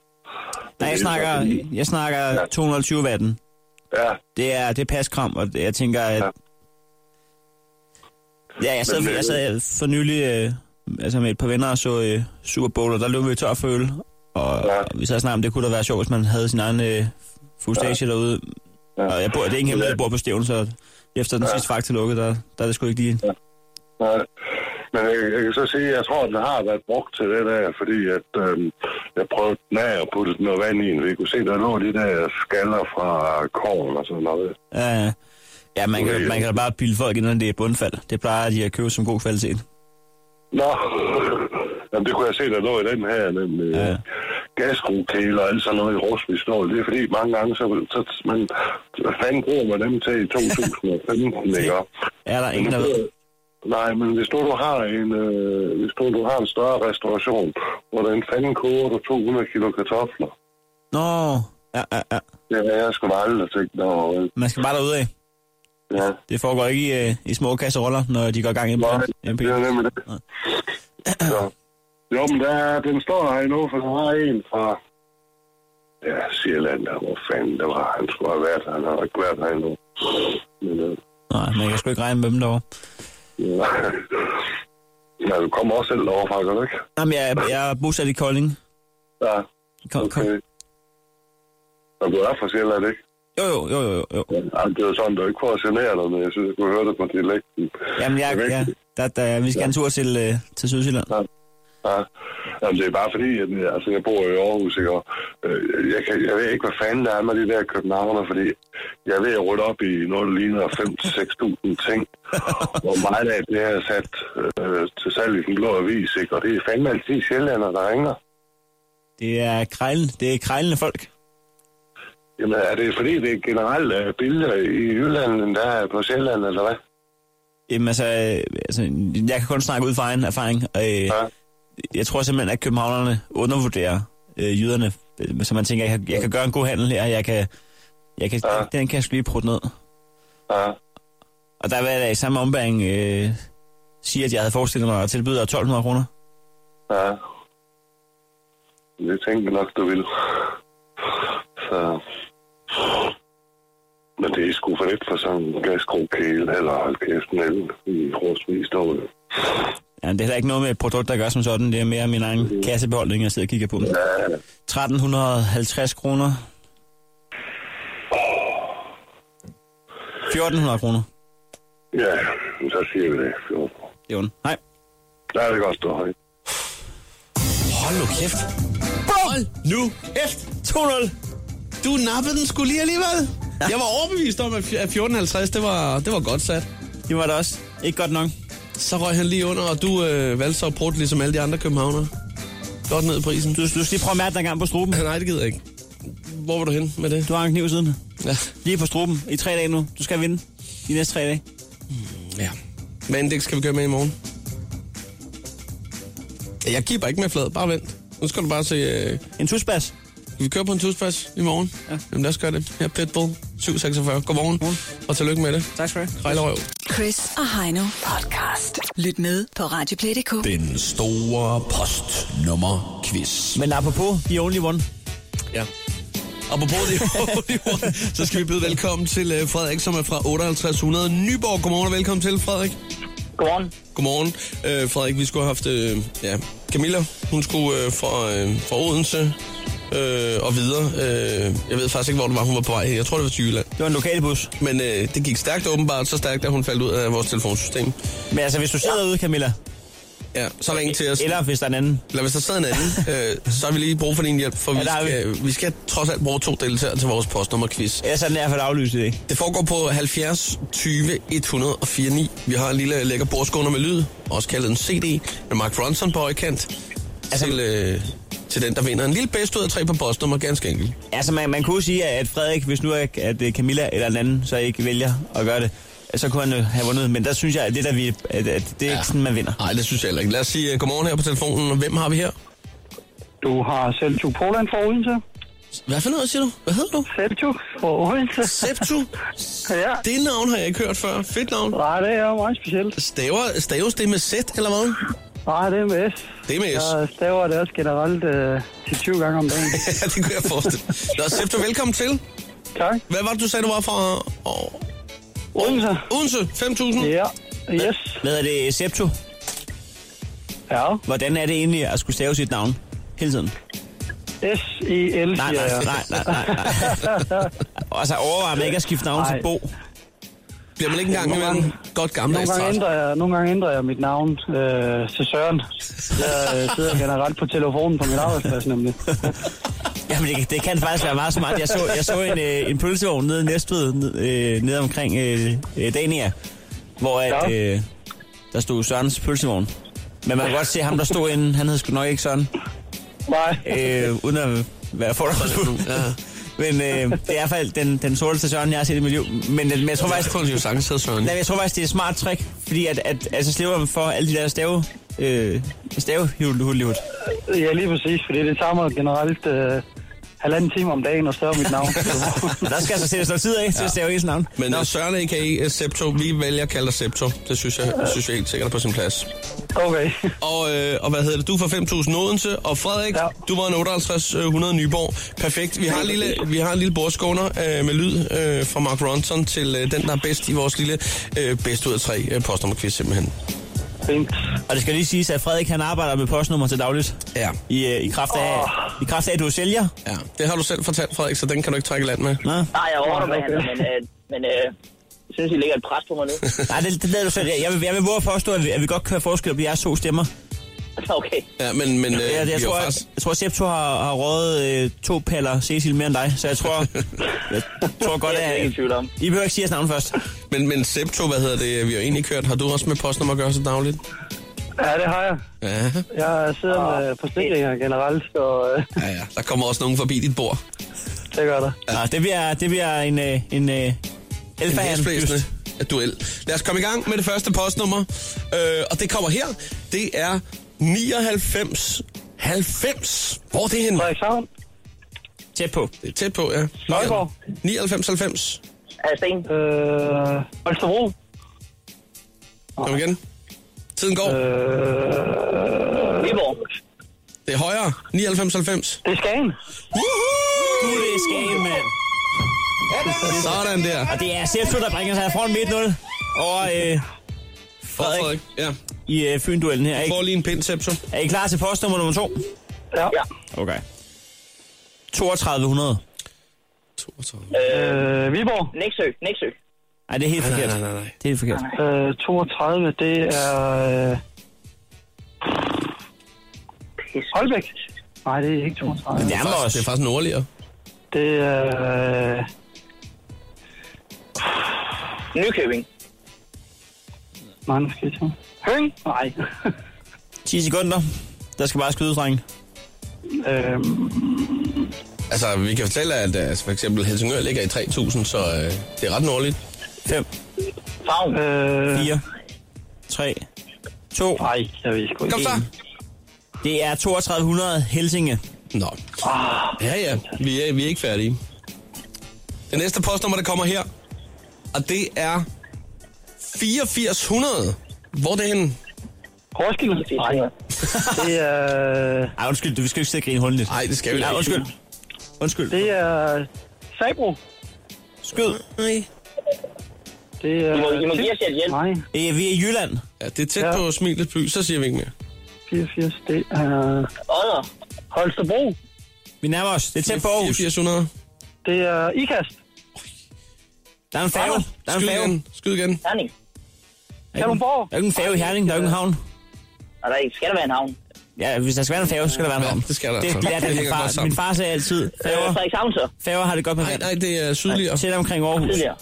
Speaker 3: jeg
Speaker 9: Det er
Speaker 3: snakker,
Speaker 9: fordi-
Speaker 3: jeg snakker
Speaker 9: Ja.
Speaker 3: 220 watten.
Speaker 9: Ja,
Speaker 3: Det er, det er paskram, og jeg tænker, at...
Speaker 9: Ja.
Speaker 3: Ja, jeg sad,
Speaker 9: Men, øh,
Speaker 3: jeg sad for nylig øh, altså med et par venner og så øh, Super Bowl, og der løb vi tør for øl. Og,
Speaker 9: Ja.
Speaker 3: og vi sad snart om, det kunne da være sjovt, hvis man havde sin egen øh, fullstage ja. derude. Ja.
Speaker 9: Ja.
Speaker 3: Og jeg bor, det er ikke hemmeligt, jeg bor på Stævn, så efter den ja. sidste faktor lukket, der, der er det sgu ikke lige... Ja.
Speaker 9: Nej. Men jeg, jeg kan så sige, at jeg tror, at den har været brugt til det der, fordi at, øhm, jeg prøvede den af og puttede noget vand i den. Vi kunne se, der lå de der skaller fra korn og sådan noget.
Speaker 3: Ja, ja man, kan,
Speaker 9: Okay.
Speaker 3: man kan da bare bilde folk ind, når det er bundfald. Det plejer de at købe som god kvalitet.
Speaker 9: Nå, Jamen, det kunne jeg se, der lå i den her, nemlig
Speaker 3: Ja.
Speaker 9: ja. gasgrukæler og alt sådan noget i rustvis stål. Det er fordi, mange gange, så, så man, hvad fanden bruger man dem til i 2015, ikke?
Speaker 3: Er der ingen, der
Speaker 9: Men
Speaker 3: ved?
Speaker 9: det- Nej, men hvis nu du har en, øh, hvis nu du har en større restauration, hvor den fanden koger du 200 kilo kartofler,
Speaker 3: Nå, ja, ja, ja.
Speaker 9: det har jeg sgu da aldrig tænkt over. vel?
Speaker 3: Man skal bare derudad.
Speaker 9: Ja.
Speaker 3: Det foregår ikke i, øh, i små kasseroller, når de går i gang ind på
Speaker 9: Nej,
Speaker 3: MP.
Speaker 9: det er nemlig det. Så. Jo, men der, er- den står der endnu, for der var en fra ja, Sjælland, der hvor fanden det var. Han skulle have været her, han har ikke været her endnu. Men, øh,
Speaker 3: Nej, man kan sgu ikke regne med dem derovre.
Speaker 9: ja. ja, du kommer også selv derovre, fra, gør du ikke?
Speaker 3: Jamen, jeg, er- jeg er bosat i Kolding.
Speaker 9: Ja,
Speaker 3: Kom, kom.
Speaker 9: okay. Og du er fra Sjælland, ikke?
Speaker 3: Jo, jo, jo, jo, jo.
Speaker 9: Ja, det var sådan, det var ikke for at genere dig, men jeg synes, jeg kunne høre det på dialekten.
Speaker 3: Jamen, jeg,
Speaker 9: Det er
Speaker 3: jeg,
Speaker 9: vigtigt.
Speaker 3: der, der, vi skal en tur til, øh, til Sydsjælland.
Speaker 9: Ja. Jamen, det er bare fordi, at, altså, jeg bor jo i Aarhus, ikke? og øh, jeg, kan, jeg ved ikke, hvad fanden der er med de der københavner, fordi jeg er ved at rydde op i noget, der ligner 5-6.000 ting, hvor meget af det her er sat øh, til salg i den blå avis, ikke? og det er fandme altid sjældent, der ringer.
Speaker 3: Det er krejlen, det er krejlende folk.
Speaker 9: Jamen, er det fordi, det er generelt øh, billeder i Jylland, end der er på Sjælland, eller hvad?
Speaker 3: Jamen, altså, øh, altså, jeg kan kun snakke ud fra egen erfaring. Øh,
Speaker 9: Ja.
Speaker 3: jeg tror simpelthen, at københavnerne undervurderer øh, jyderne. Øh, Så man tænker, jeg kan, jeg kan gøre en god handel her, jeg kan, jeg kan,
Speaker 9: Ja.
Speaker 3: den kan jeg sgu lige prutte ned.
Speaker 9: Ja.
Speaker 3: Og der vil jeg da i samme ombæring øh, sige, at jeg havde forestillet mig at tilbyde dig 1200 kroner.
Speaker 9: Ja. Det tænkte jeg nok, du ville. Så... Men det er sgu for lidt for sådan en gaskrokæle eller hold kæft en el i rustvis stål.
Speaker 3: Ja, det er heller ikke noget med et produkt, der gør som sådan. Det er mere min egen kassebeholdning, jeg sidder og kigger på.
Speaker 9: Mm. Ja,
Speaker 3: 1350 kroner. 1400 kroner.
Speaker 9: ja, så siger vi det. Jo.
Speaker 3: Det er ondt. Hej.
Speaker 9: Der er det godt, du har.
Speaker 2: Hold nu kæft. Hold nu kæft.
Speaker 3: 2-0.
Speaker 2: Du nappede den skulle lige alligevel. Jeg var overbevist om, at fj- at 14.50, det var, det var godt sat.
Speaker 3: Det var det også. Ikke godt nok.
Speaker 2: Så røg han lige under, og du øh, valgte så at prutte ligesom alle de andre københavnere. Godt ned i prisen.
Speaker 3: Du,
Speaker 2: Du...
Speaker 3: du skal lige prøve at mærke dig en gang på struben.
Speaker 2: Nej, det gider jeg ikke. Hvor var du hen med det?
Speaker 3: Du har en kniv siden.
Speaker 2: Ja.
Speaker 3: Lige på struben. I tre dage nu. Du skal vinde. De næste tre dage.
Speaker 2: ja. Hvad indeks skal vi gøre med i morgen? Jeg kipper ikke med flad, bare vent. Nu skal du bare se... Øh,
Speaker 3: En tusbas.
Speaker 2: vi kører på en tuspas i morgen. Ja. Jamen lad os gøre det. Her Pitbull 746. Godmorgen, og tillykke med det.
Speaker 3: Tak skal du have.
Speaker 2: Krejlerøv.
Speaker 1: Chris og Heino podcast. Lyt med på Radioplay.dk.
Speaker 10: Den store postnummer-quiz.
Speaker 3: Men apropos, the only one.
Speaker 2: Ja. Apropos det, så skal vi byde velkommen til øh, Frederik, som er fra 5800 Nyborg. Godmorgen og velkommen til, Frederik.
Speaker 8: Godmorgen.
Speaker 2: Godmorgen, øh, Frederik. Vi skulle have haft øh, ja, Camilla. Hun skulle øh, fra, øh, fra Odense øh, og videre. Øh, jeg ved faktisk ikke, hvor det var, hun var på vej. hen. Jeg tror, det var til Jylland.
Speaker 3: Det var en lokale bus.
Speaker 2: Men øh, det gik stærkt åbenbart, så stærkt, at hun faldt ud af vores telefonsystem.
Speaker 3: Men altså, hvis du sidder ude, Camilla,
Speaker 2: Ja, så ring til os.
Speaker 3: eller hvis der er en anden,
Speaker 2: Lad os der sidde en anden, øh, så har vi lige brug for din hjælp, for
Speaker 3: Ja,
Speaker 2: vi
Speaker 3: der har vi.
Speaker 2: skal, vi skal trods alt bruge to deltagere til vores postnummerquiz.
Speaker 3: ellers er den i hvert fald aflyst i dag.
Speaker 2: Det foregår på 70 20 104 9. Vi har en lille lækker bordskunder med lyd, også kaldet en CD, med Mark Ronson på højkant. Altså, til, øh, til den, der vinder en lille bedst ud af tre på postnummer, ganske enkelt.
Speaker 3: Altså, man, man kunne jo sige, at Frederik, hvis nu at, at øh, Camilla eller en anden så ikke vælger at gøre det, så kunne han øh, have vundet. Men der synes jeg, at det, der vi, at, at det er ja. ikke sådan, man vinder.
Speaker 2: Nej, det synes jeg heller ikke. Lad os sige øh, godmorgen her på telefonen. og Hvem har vi her?
Speaker 9: Du har Seltug Poland fra Odense.
Speaker 2: Hvad for noget siger du? Hvad hedder du?
Speaker 9: Seltug fra Odense.
Speaker 2: Septu?
Speaker 9: ja.
Speaker 2: Det navn har jeg ikke hørt før. Fedt navn.
Speaker 9: Nej, det er meget specielt.
Speaker 2: Staver, staves det med Z, eller hvad?
Speaker 9: Nej, det er med S.
Speaker 2: Det er med S.
Speaker 9: Jeg staver det også generelt øh, til 20 gange om dagen.
Speaker 2: Ja, det kunne jeg forestille. Nå, Septu, velkommen til.
Speaker 9: tak.
Speaker 2: Hvad var det, du sagde, du var fra? Oh.
Speaker 9: Odense.
Speaker 2: Odense, 5.000.
Speaker 9: Ja. Yes.
Speaker 3: Hvad er det, Septo?
Speaker 9: Ja.
Speaker 3: Hvordan er det egentlig at skulle stave sit navn hele tiden?
Speaker 9: S-E-L,
Speaker 3: Nej,
Speaker 9: E siger
Speaker 3: nej,
Speaker 9: jeg.
Speaker 3: nej, nej, nej. nej. Og så overvejer man ikke at skifte navn til
Speaker 9: Nej.
Speaker 3: Bo.
Speaker 2: Bliver man ikke engang
Speaker 9: Nogle
Speaker 2: imellem godt gammeldags
Speaker 9: Nogle gange,
Speaker 2: træt?
Speaker 9: ændrer jeg, nogle gange ændrer jeg mit navn øh, til Søren. Jeg øh, sidder generelt på telefonen på min arbejdsplads nemlig.
Speaker 3: Jamen, det, det kan faktisk være meget smart. Jeg så, jeg så en, øh, en pølsevogn nede i Næstved, ned- øh, nede omkring øh, øh, Dania, hvor at,
Speaker 9: Ja.
Speaker 3: øh, der stod Sørens pølsevogn. Men man kan godt se ham, der stod inden. Han hed sgu nok ikke sådan,
Speaker 9: Nej.
Speaker 3: øh, uden at være fordomsfuld.
Speaker 2: Ja.
Speaker 3: Men øh, det er i hvert fald den, den sorteste Søren, jeg har set i mit liv. Men, øh, men jeg tror faktisk,
Speaker 2: Faktisk kunne han jo sagtens hedde Søren.
Speaker 3: Nej, men jeg tror faktisk, det er et smart trick, fordi at, at, altså slipper man for alle de der stave, øh, stave
Speaker 9: Ja, lige præcis, fordi det tager mig generelt øh, halvanden time om dagen at større mit navn.
Speaker 3: Der skal altså sættes noget tid af til at stave ens navn.
Speaker 2: Men øh, Søren a.k.a. Septo, vi vælger at kalde dig Septo. Det synes jeg, synes jeg helt sikkert er på sin plads.
Speaker 9: Okay.
Speaker 2: Og, øh, og hvad hedder det? Du er fra 5.000 Odense, og Frederik, ja.
Speaker 9: Ja.
Speaker 2: du var en 5800 Nyborg. Perfekt. Vi har en lille, vi har en lille bordskåner øh, med lyd øh, fra Mark Ronson til øh, den, der er bedst i vores lille øh, bedst ud af tre øh, postnummerquiz simpelthen.
Speaker 9: Fint.
Speaker 3: Og det skal lige siges, at Frederik han arbejder med postnummer til dagligt.
Speaker 2: Ja.
Speaker 3: I, øh, i, kraft af, I kraft af, at du er sælger.
Speaker 2: ja. Det har du selv fortalt, Frederik, så den kan du ikke trække i land med.
Speaker 3: Nå?
Speaker 7: Nej, jeg ordner med hende, men, øh, men øh, jeg synes, I lægger et pres på mig nu.
Speaker 3: Nej, det, det lader du selv. Jeg, jeg, vil, jeg vil våge at påstå, at vi, at vi godt kan have forskel på jeres to stemmer.
Speaker 7: okay.
Speaker 2: Ja, men, men øh,
Speaker 3: Jeg, jeg,
Speaker 2: vi
Speaker 3: jeg,
Speaker 2: er jo
Speaker 3: tror,
Speaker 2: faktisk...
Speaker 3: jeg, jeg tror, at Septo har, har rådet øh, to paller Cecil mere end dig, så jeg tror, jeg tror godt,
Speaker 7: Det er jeg
Speaker 3: at...
Speaker 7: ikke i tvivl om.
Speaker 3: I behøver ikke sige jeres navn først.
Speaker 2: Men, men Septo, hvad hedder det, vi har egentlig kørt. Har du også med postnummer at gøre så dagligt?
Speaker 9: Ja, det har jeg.
Speaker 2: Ja.
Speaker 9: Jeg sidder med forsikringer generelt, så øh,
Speaker 2: ja, ja. Der kommer også nogen forbi dit bord.
Speaker 9: det gør der.
Speaker 3: Nå, det bliver, det bliver en, øh, en øh,
Speaker 2: En
Speaker 3: alfa
Speaker 2: hæsblæsende duel. Lad os komme i gang med det første postnummer. Øh, og det kommer her. Det er 99 90. Hvor er det henne?
Speaker 9: Frederikshavn,
Speaker 3: Tæt på.
Speaker 2: Det er tæt på, ja.
Speaker 9: Nøjborg.
Speaker 2: 99 90.
Speaker 7: Hadsten,
Speaker 9: øh, Holstebro,
Speaker 2: Kom igen. Tiden går.
Speaker 9: øh,
Speaker 7: Viborg.
Speaker 2: Det er højere. 99 90.
Speaker 9: det er Skagen.
Speaker 3: Nu er det Skagen, mand.
Speaker 2: Sådan der.
Speaker 3: Og det er Septo, der bringer sig foran 1-0 over øh,
Speaker 2: Og
Speaker 3: Frederik
Speaker 2: Ja.
Speaker 3: i øh, Fyn-duellen her. Er I,
Speaker 2: Får lige en pind, Sepso.
Speaker 3: er I klar til postnummer nummer 2?
Speaker 9: Ja.
Speaker 7: Ja.
Speaker 3: Okay. 3200.
Speaker 2: 32.
Speaker 9: Øh, Viborg,
Speaker 7: Næksø. Næksø.
Speaker 3: Nej, det er helt
Speaker 2: Nej,
Speaker 3: forkert.
Speaker 2: nej, nej, nej.
Speaker 3: Det er helt forkert.
Speaker 9: øh, 32, det er... Øh,
Speaker 7: Pis.
Speaker 9: Holbæk. Nej, det er ikke 32.
Speaker 3: Det er
Speaker 2: Faktisk, det er
Speaker 3: også.
Speaker 2: faktisk nordligere.
Speaker 9: Det er... Øh,
Speaker 7: Nykøbing.
Speaker 9: nej, nu skal jeg tænke. Høng? Nej.
Speaker 3: 10 sekunder. Der skal bare skydes, drenge.
Speaker 9: øh,
Speaker 2: Altså, vi kan fortælle, at altså, for eksempel Helsingør ligger i 3000, så øh, det er ret nordligt.
Speaker 3: 5,
Speaker 7: Favn.
Speaker 9: øh,
Speaker 3: 4, 3, 2,
Speaker 9: nej, jeg ved sgu
Speaker 2: Kom
Speaker 9: ikke.
Speaker 2: så!
Speaker 3: Det er 3200 Helsinge.
Speaker 2: Nå. Ja, ja. Vi er, vi er ikke færdige. Det næste postnummer, der kommer her, og det er 8400. Hvor er det henne?
Speaker 9: Roskilde? Nej, det er...
Speaker 3: Ej, undskyld, du vi skal jo ikke sidde og grine hundeligt.
Speaker 2: Nej, det skal vi
Speaker 3: Nej, undskyld. Undskyld.
Speaker 9: Det er... Sabro.
Speaker 3: Skyd.
Speaker 9: Det er...
Speaker 7: I må, I må give os et hjælp.
Speaker 9: Nej,
Speaker 3: Øh, vi er i Jylland.
Speaker 2: Ja, det er tæt ja.
Speaker 9: Ja.
Speaker 2: på Smilets by, så siger vi ikke mere.
Speaker 9: 84, det er...
Speaker 7: Odder.
Speaker 9: Holstebro.
Speaker 3: Vi nærmer os. Det er tæt på Aarhus.
Speaker 2: 8400.
Speaker 9: Det er Ikast.
Speaker 3: Der er en færge. Der er en
Speaker 2: Skyd
Speaker 3: færge.
Speaker 2: igen. Skyd igen.
Speaker 7: Herning.
Speaker 9: Kalundborg.
Speaker 3: Der er jo ikke en færge i Herning. Der er jo ikke en havn.
Speaker 7: Og der er ikke. Skal der være en havn?
Speaker 3: Ja, hvis der skal være en færge, så skal der være en havn.
Speaker 2: det skal der
Speaker 3: Det,
Speaker 2: altså.
Speaker 3: lærte
Speaker 2: Det
Speaker 3: min,
Speaker 2: hænger godt
Speaker 3: far,
Speaker 2: sammen.
Speaker 3: min far sagde altid,
Speaker 7: Øh,
Speaker 3: færger,
Speaker 7: Frederikshavn så.
Speaker 3: færger har det godt med
Speaker 2: Nej,
Speaker 3: vand.
Speaker 2: nej, det er sydligere.
Speaker 3: Tæt omkring Aarhus.
Speaker 7: Tidligere.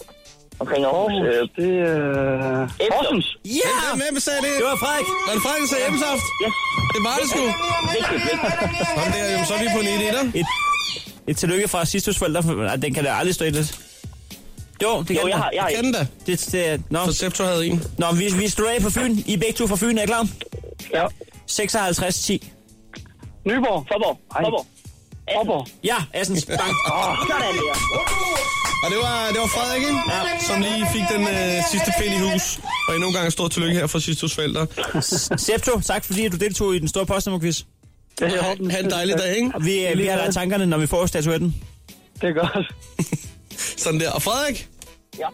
Speaker 11: omkring Aarhus.
Speaker 12: Aarhus,
Speaker 11: Øh,
Speaker 12: det er... Horsens.
Speaker 3: Ja!
Speaker 2: Hvem, hvem sagde det?
Speaker 3: Det var Frederik.
Speaker 2: Var det Frederik, der sagde Emsoft?
Speaker 11: Ja.
Speaker 2: Det var det sgu. Kom der, jamen, så er vi på en E etter.
Speaker 3: Et, et tillykke fra sidste hos forældre. for- Ej, den kan da aldrig stå i det. Jo, det kan
Speaker 11: Jo,
Speaker 3: den.
Speaker 11: jeg har, jeg har
Speaker 2: Kan den da?
Speaker 3: Det, det, nå,
Speaker 2: For Septo havde en.
Speaker 3: nå vi, vi slutter af på Fyn. I er begge to fra Fyn, er I klar?
Speaker 12: Ja.
Speaker 3: 56-10.
Speaker 12: Nyborg.
Speaker 11: Forborg. Forborg.
Speaker 12: Forborg.
Speaker 3: Ja, Assens Bank.
Speaker 11: Sådan der.
Speaker 2: Og det var, det var Frederik, ikke? Ja. som lige fik den øh, sidste pind i hus. Og endnu en gang stort tillykke her fra sidste hos forældre.
Speaker 3: Septo, tak fordi du deltog i den store postnummerquiz.
Speaker 12: Det er
Speaker 2: Ha-
Speaker 12: Horsens.
Speaker 2: Ha' en dejlig dag, ikke?
Speaker 3: Vi, øh, vi har dig i tankerne, når vi får statuetten.
Speaker 12: Det er godt.
Speaker 2: Sådan der. Og Frederik?
Speaker 11: Ja.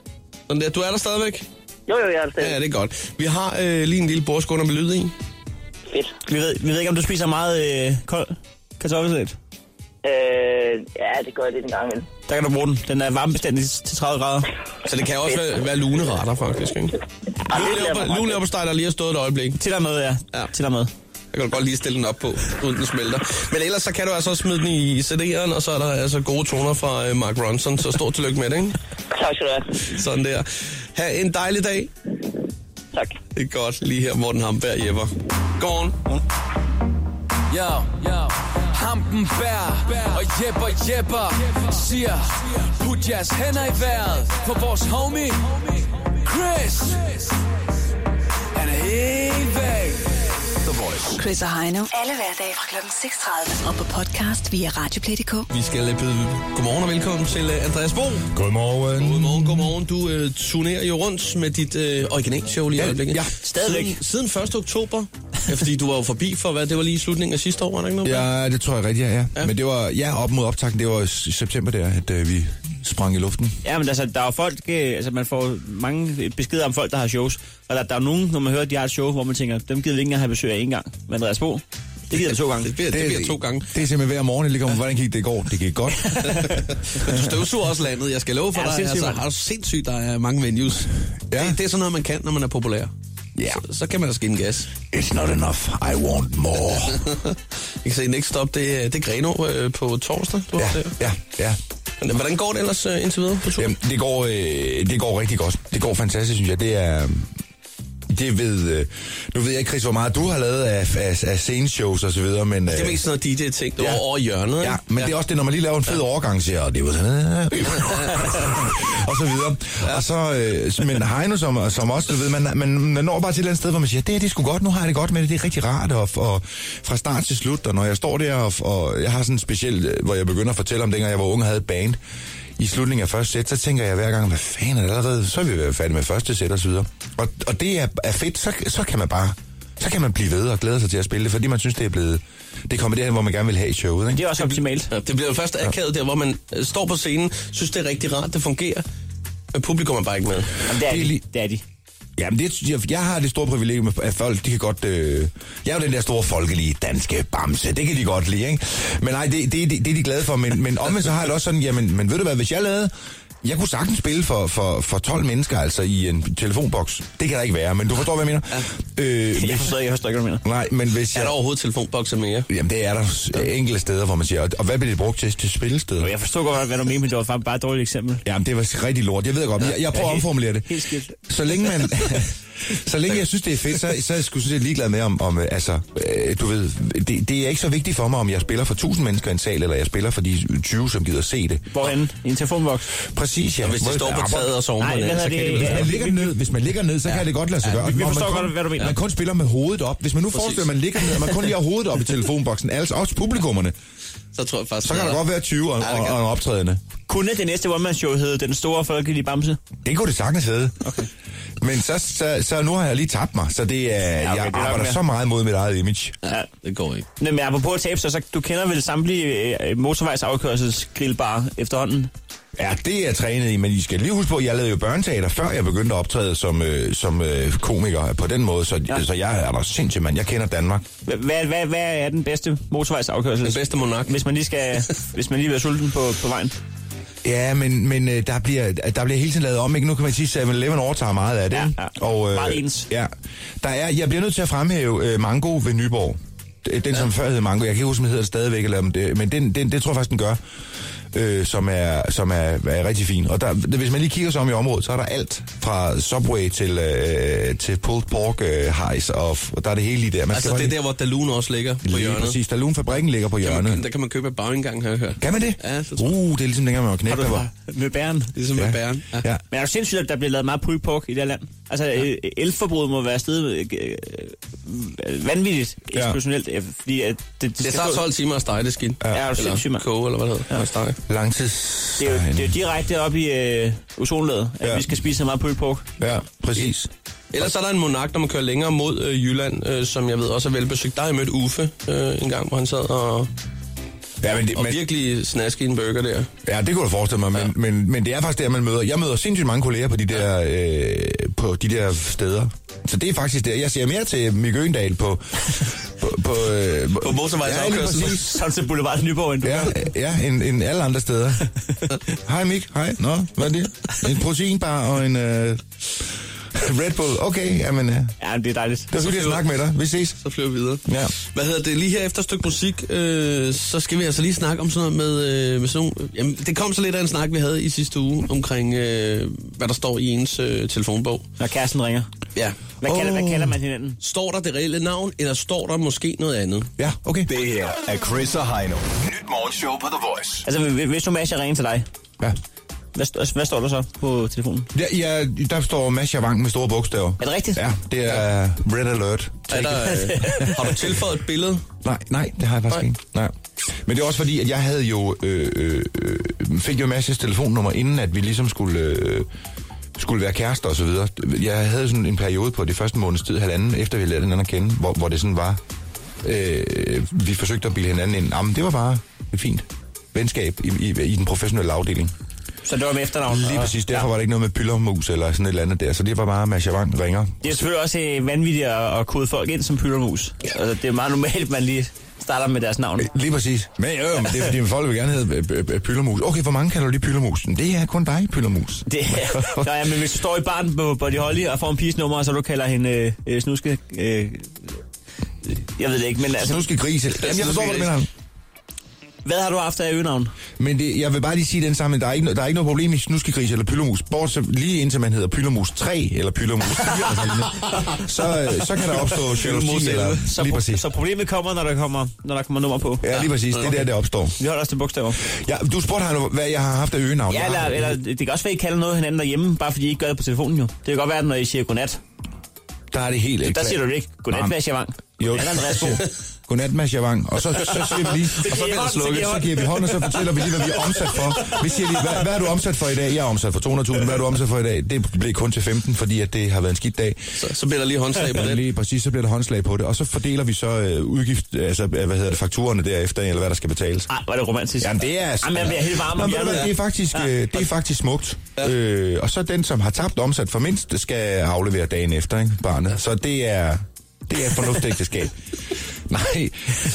Speaker 2: Sådan der. Du er der stadigvæk?
Speaker 11: Jo, jo, jeg er det
Speaker 2: Ja,
Speaker 11: stadig.
Speaker 2: det er godt. Vi har øh, lige en lille bordskåner med lyd i.
Speaker 11: Fedt.
Speaker 3: Vi ved, vi ved ikke, om du spiser meget øh, kold kartoffelsalat.
Speaker 11: Øh, ja, det gør jeg lidt en gang imellem.
Speaker 3: Der kan du bruge den. Den er varmebestændig til 30 grader.
Speaker 2: Så det kan også være, være luneretter, faktisk, ikke? Lune laver på steg, der lige har stået et øjeblik.
Speaker 3: Til dig med, ja.
Speaker 2: Ja.
Speaker 3: Til dig med.
Speaker 2: Jeg kan du godt lige stille den op på, uden den smelter. Men ellers så kan du altså også smide den i CD'eren, og så er der altså gode toner fra øh, Mark Ronson, så stort tillykke med det, ikke?
Speaker 11: Tak skal du have.
Speaker 2: Sådan der. Ha' en dejlig dag.
Speaker 11: Tak.
Speaker 2: Det er godt, lige her, Morten Hamberg, Jepper. Godmorgen.
Speaker 13: Yo, yo. Hampen bær og jepper jepper siger Put jeres hænder i vejret for vores homie Chris Han er helt væk The Voice
Speaker 1: Chris og Heino. Alle hverdage fra kl. 6.30. Og på podcast via Radioplay.dk.
Speaker 2: Vi skal øh, byde godmorgen og velkommen til øh, Andreas Bo.
Speaker 7: Godmorgen.
Speaker 2: Godmorgen, godmorgen. Du øh, turnerer jo rundt med dit øh, originalshow lige i øjeblikket.
Speaker 7: ja,
Speaker 3: stadigvæk.
Speaker 2: Siden, siden 1. oktober. Ja, fordi du var jo forbi for, hvad det var lige i slutningen af sidste år, var det ikke noget?
Speaker 7: Ja, det tror jeg rigtigt, ja. ja. Men det var, ja, op mod optakten, det var i september der, at øh, vi sprang i luften.
Speaker 3: Ja, men altså, der er jo folk, øh, altså man får mange beskeder om folk, der har shows. Og der, der er nogen, når man hører, at de har et show, hvor man tænker, dem gider vi ikke engang have besøg af en gang. Men Andreas Bo, det gider vi to gange.
Speaker 2: Det bliver, det, det bliver to gange.
Speaker 7: Det er simpelthen hver morgen, jeg ligger om, hvordan gik det i går? Det gik godt.
Speaker 2: Men du støvsuger også landet, jeg skal love for
Speaker 3: Ja,
Speaker 2: dig.
Speaker 3: sindssygt,
Speaker 2: Altså,
Speaker 3: mand.
Speaker 2: har du sindssygt, der er mange venues. Ja.
Speaker 7: Ja.
Speaker 2: Det, det er sådan noget, man kan, når man er populær.
Speaker 7: Ja.
Speaker 2: Så, så kan man da skinne gas.
Speaker 7: It's not enough. I want more.
Speaker 2: Jeg kan se, Next Stop, det, er- det er Greno øh, på torsdag. Du
Speaker 7: ja,
Speaker 2: har det.
Speaker 7: ja, ja.
Speaker 2: Men Hvordan går det ellers øh, indtil videre på tur?
Speaker 7: Jamen, det går, øh, det går rigtig godt. Det går fantastisk, synes jeg. Det er... Det ved... Øh, nu ved jeg ikke, Chris, hvor meget du har lavet af, af, af sceneshows og så videre, men... Øh,
Speaker 2: Det er mest sådan noget DJ-ting, der
Speaker 7: Ja.
Speaker 2: var over i hjørnet. ikke?
Speaker 7: Ja, men ja. det er også det, når man lige laver en fed ja. overgang, siger, og det var sådan, og så videre. Ja. Og så, øh, men Heino, som, som også, du ved, man, man, man når bare til et eller andet sted, hvor man siger, det her, det er sgu godt, nu har jeg det godt med det, det er rigtig rart, og, og fra start til slut, og når jeg står der, og, og jeg har sådan en speciel, øh, hvor jeg begynder at fortælle om, dengang jeg var ung og havde et band, i slutningen af første sæt, så tænker jeg hver gang, hvad fanden er det allerede, så er vi været færdige med første sæt og så videre. Og, og det er, er fedt, så, så kan man bare, så kan man blive ved og glæde sig til at spille det, fordi man synes, det er blevet, det kommer derhen, hvor man gerne vil have i showet, ikke?
Speaker 3: Det er også optimalt.
Speaker 2: Ja, det bliver jo først akavet der, hvor man øh, står på scenen, synes det er rigtig rart, det fungerer, men publikum er bare ikke med.
Speaker 3: Jamen, det er
Speaker 7: Det er
Speaker 3: de.
Speaker 7: lige-
Speaker 3: Det er de.
Speaker 7: Jamen, det, jeg, jeg har det store privilegium, med, at folk, de kan godt... Øh, jeg er jo den der store folkelige danske bamse, det kan de godt lide, ikke? Men nej, det, det, det, det er de glade for, men, men omvendt så har jeg det også sådan, jamen, men ved du hvad, hvis jeg lavede... Jeg kunne sagtens spille for, for, for 12 mennesker, altså, i en telefonboks. Det kan der ikke være, men du forstår, hvad jeg mener? Øh,
Speaker 3: Jeg
Speaker 7: hvis,
Speaker 3: forstår ikke, jeg forstår ikke, hvad du mener.
Speaker 7: nej, men hvis
Speaker 2: Er
Speaker 7: jeg...
Speaker 2: der overhovedet telefonbokser mere?
Speaker 7: Jamen, det er der øh, enkelte steder, hvor man siger, og, og hvad bliver det brugt til? Til spillesteder?
Speaker 3: Jo, Jeg forstår godt, hvad du mener, men det var faktisk bare et dårligt eksempel.
Speaker 7: Jamen, det var rigtig lort. Jeg ved godt, men jeg, jeg prøver at
Speaker 3: helt-
Speaker 7: omformulere det.
Speaker 3: helt skidt.
Speaker 7: Så længe man... så længe jeg synes, det er fedt, så, så er jeg sgu sådan set ligeglad med, om, om øh, altså, øh, du ved, det, det er ikke så vigtigt for mig, om jeg spiller for 1000 mennesker i en sal, eller jeg spiller for de 20, som gider se det.
Speaker 3: Hvorhen? I en telefonboks?
Speaker 7: Præcis, ja.
Speaker 2: Og hvis de
Speaker 7: Hvor-
Speaker 2: står på
Speaker 7: Ja,
Speaker 2: taget og sover
Speaker 3: Nej,
Speaker 2: på
Speaker 3: hvad
Speaker 2: natten, så
Speaker 3: hedder
Speaker 2: kan
Speaker 3: det?
Speaker 2: det vel være.
Speaker 7: Hvis man ligger ned, hvis man ligger ned, så kan det godt lade sig gøre.
Speaker 3: vi- vi
Speaker 7: Når man
Speaker 3: forstår
Speaker 7: kun-
Speaker 3: godt, hvad du mener.
Speaker 7: Man kun spiller med hovedet op. Hvis man nu forestiller, at man ligger ned, og man kun lige har hovedet op i telefonboksen, altså også publikummerne,
Speaker 2: Så tror jeg faktisk,
Speaker 7: så kan der
Speaker 2: det er-
Speaker 7: godt være 20 og,
Speaker 2: Ja, det
Speaker 7: og,
Speaker 2: kan
Speaker 7: og en optrædende.
Speaker 3: Kunne det næste one-man-show hedde Den Store Folkelige Bamse?
Speaker 7: Det kunne det sagtens hedde. Okay. Men så, så, så nu har jeg lige tabt mig, så det er,
Speaker 3: okay,
Speaker 7: ja, okay, jeg
Speaker 3: det er nok
Speaker 7: arbejder
Speaker 3: mere.
Speaker 7: så meget mod mit eget image.
Speaker 2: Ja, det går ikke.
Speaker 3: Nå, Men apropos at tabe sig, så du kender vel samtlige øh, motorvejsafkørselsgrillbar efterhånden?
Speaker 7: Ja, det er jeg trænet i, men I skal lige huske på, at jeg lavede jo børneteater, før jeg begyndte at optræde som, øh, som øh, komiker på den måde, så,
Speaker 3: Ja.
Speaker 7: ja. så jeg er da sindssygt, mand. Jeg kender Danmark.
Speaker 3: Hvad, hvad, hvad, hvad er den bedste motorvejsafkørsel?
Speaker 2: Den bedste monark.
Speaker 3: Hvis man lige skal, hvis man lige bliver sulten på, på vejen.
Speaker 7: Ja, men, men øh, der, bliver, der bliver hele tiden lavet om, ikke? Nu kan man sige, at 7-Eleven overtager meget af det.
Speaker 3: Ja,
Speaker 7: ikke? øh,
Speaker 3: ja. Meget ens.
Speaker 7: Ja. Der er, jeg bliver nødt til at fremhæve øh, Mango ved Nyborg. Den, ja. som før hed Mango. Jeg kan ikke huske, om den hedder det stadigvæk, eller om det, men den, den, det tror jeg faktisk, den gør. øh, som, er, som er, er rigtig fin. Og der, hvis man lige kigger sig om i området, så er der alt fra Subway til, øh, til pulled pork øh, hejs, og, f- og der er det hele lige der. Man
Speaker 2: altså,
Speaker 7: bare
Speaker 2: det er
Speaker 7: lige-
Speaker 2: der, hvor Dalun også ligger på
Speaker 7: Lige
Speaker 2: hjørnet.
Speaker 7: præcis. Dalunfabrikken ligger på
Speaker 2: Kan man,
Speaker 7: hjørnet.
Speaker 2: der kan man købe et bagindgang, har jeg hørt.
Speaker 7: Kan man det?
Speaker 2: Ja, så tror jeg.
Speaker 7: Uh, det er ligesom dengang, man var knæk, der var...
Speaker 3: Med bæren.
Speaker 2: Ligesom med bæren. Ja.
Speaker 7: Ja.
Speaker 3: Men er du sindssygt, at der bliver lavet meget pulled pork i det her land? Altså, ja. elforbruget må være stedet øh, øh, vanvittigt
Speaker 2: Ja.
Speaker 3: eksplosionelt, ja. fordi at det, det,
Speaker 2: Det tager 12 timer at stege det skin.
Speaker 3: Ja, er du
Speaker 2: eller
Speaker 3: sindssyg, mand.
Speaker 2: koge, eller hvad det hedder. Ja. Stege.
Speaker 7: Langtids...
Speaker 3: Det er, jo, det er jo direkte op i øh, ozonlaget, at
Speaker 2: Ja.
Speaker 3: ja. vi skal spise så meget pulled pork.
Speaker 7: Ja, præcis.
Speaker 2: Ellers er der en monark, når man kører længere mod øh, Jylland, øh, som jeg ved også er velbesøgt. Der har jeg mødt Uffe øh, en gang, hvor han sad og,
Speaker 7: ja, men det,
Speaker 2: og virkelig snaskede en burger der.
Speaker 7: Ja, det kunne du forestille mig, men, ja. men, men det er faktisk der, man møder. Jeg møder sindssygt mange kolleger på de der, øh, på de der steder. Så det er faktisk der. Jeg ser mere til Mikke Øgendal på... på, på, øh,
Speaker 2: På motorvejsafkørsel.
Speaker 7: Ja, lige præcis.
Speaker 3: Sådan til Boulevard Nyborg, end du
Speaker 7: Ja,
Speaker 3: gør.
Speaker 7: ja end, end alle andre steder. hej Mik, hej. Nå, hvad er det? En proteinbar og en øh, Red Bull. Okay, jamen... Øh,
Speaker 3: Ja, det er dejligt.
Speaker 7: det var hyggeligt at snakke med dig. Vi ses.
Speaker 2: Så flyver vi videre.
Speaker 7: Ja.
Speaker 2: Hvad hedder det? Lige her efter et stykke musik, øh, så skal vi altså lige snakke om sådan noget med, øh, med sådan nogle, jamen, det kom så lidt af en snak, vi havde i sidste uge, omkring øh, hvad der står i ens øh, telefonbog.
Speaker 3: Når kæresten ringer.
Speaker 2: Ja.
Speaker 3: Hvad, oh. kalder, hvad kalder man hinanden?
Speaker 2: Står der det reelle navn, eller står der måske noget andet?
Speaker 7: Ja, okay.
Speaker 14: Det her er Chris og Heino. Nyt morgenshow på The Voice.
Speaker 3: Altså, hvis- hvis nu Mads, jeg ringer til dig,
Speaker 7: Ja.
Speaker 3: hvad, st- hvad står der så på telefonen?
Speaker 7: Ja, ja, der står Masha Wang med store bogstaver.
Speaker 3: Er det rigtigt?
Speaker 7: Ja, det er Red Alert.
Speaker 2: Er der, øh, har du tilføjet et billede?
Speaker 7: Nej, nej, det har jeg faktisk
Speaker 2: Nej.
Speaker 7: ikke. Nej. Men det er også fordi, at jeg havde jo, øh, øh, øh, fik jo Masses telefonnummer, inden at vi ligesom skulle, øh, skulle være kærester og så videre. Jeg havde sådan en periode på det første måneds tid, halvanden, efter vi lærte hinanden at kende, hvor, hvor det sådan var, øh, vi forsøgte at bilde hinanden ind. Jamen, det var bare et fint venskab i, i, i den professionelle afdeling.
Speaker 3: Så det var med efternavn.
Speaker 7: Lige
Speaker 3: Og-
Speaker 7: præcis, derfor var det ikke noget med pyldermus eller sådan et eller andet der, så det var bare, at Masha Wang ringer.
Speaker 3: Det er selvfølgelig også øh, vanvittigt at, at kode folk ind som pyldermus. Altså, det er meget normalt, at man lige starter med deres navn.
Speaker 7: Øh, Lige præcis. Men jo, jo, men det er fordi, folk vil gerne hedde øh, øh, pyldermus. Okay, hvor mange kalder du lige pyldermus? Men Det er kun dig, pyldermus.
Speaker 3: Det er, Nå, ja, men hvis du står i barn på Buddy Holly og får en piges nummer, og så du kalder hende øh, øh, snuske... Øh, øh, jeg ved det ikke, men
Speaker 7: Altså, nu
Speaker 3: altså,
Speaker 7: skal grise. Jamen, jeg forstår, hvad du mener.
Speaker 3: hvad har du haft af øgenavn?
Speaker 7: Men det, jeg vil bare lige sige i den sammen. Der er ikke, no- der er ikke noget problem i snuskegris eller pyldermus. Bortset lige indtil man hedder pyldermus 3 eller pyldermus 4. eller sådan noget. så, øh, så kan der opstå jalousi. Eller,
Speaker 3: øh, Så,
Speaker 7: lige
Speaker 3: pro-
Speaker 7: præcis.
Speaker 3: så problemet kommer, når der kommer, når der kommer nummer på.
Speaker 7: Ja, lige præcis. Det er der, det opstår.
Speaker 3: Vi holder os til bogstaver.
Speaker 7: Ja, du spurgte ham, hvad jeg har haft af øgenavn.
Speaker 3: Ja,
Speaker 7: Jeg har-
Speaker 3: eller, eller det kan også være, at I kalder noget hinanden derhjemme, bare fordi I ikke gør det på telefonen jo. Det kan godt være, at når I siger godnat,
Speaker 7: Der er det helt
Speaker 3: der
Speaker 7: ekstremt.
Speaker 3: siger du det ikke. Godnat,
Speaker 7: Nej.
Speaker 3: Mads Javang.
Speaker 7: Jo,
Speaker 3: Godnat, Andreas Bo.
Speaker 7: Godnat, Mads Javang. Og så, så siger vi lige, og så,
Speaker 3: giver
Speaker 7: bliver
Speaker 3: hånd,
Speaker 7: der
Speaker 3: så
Speaker 7: slukket,
Speaker 3: giver
Speaker 7: så
Speaker 3: hånd.
Speaker 7: giver vi hånd, og så fortæller vi lige, hvad vi er omsat for. Vi siger lige, hvad, hvad er du omsat for i dag? Jeg er omsat for 200.000. Hvad er du omsat for i dag? Det blev kun til 15, fordi at det har været en skidt dag.
Speaker 2: Så, så bliver der lige håndslag på
Speaker 7: Ja,
Speaker 2: det.
Speaker 7: lige præcis, så bliver der håndslag på det, og så fordeler vi så øh, udgift, altså, øh, hvad hedder det, fakturerne derefter, eller hvad der skal betales.
Speaker 3: Ej, var det romantisk.
Speaker 7: Jamen, det er... altså-
Speaker 3: Jamen, jeg bliver helt varm
Speaker 7: Nå,
Speaker 3: om
Speaker 7: ved du hvad,
Speaker 3: hjertet.
Speaker 7: det er faktisk, øh, det er faktisk smukt. Øh, og så den, som har tabt omsat for mindst, skal aflevere dagen efter, ikke, barnet. Så det er, det er et fornuftigt ægteskab. Nej,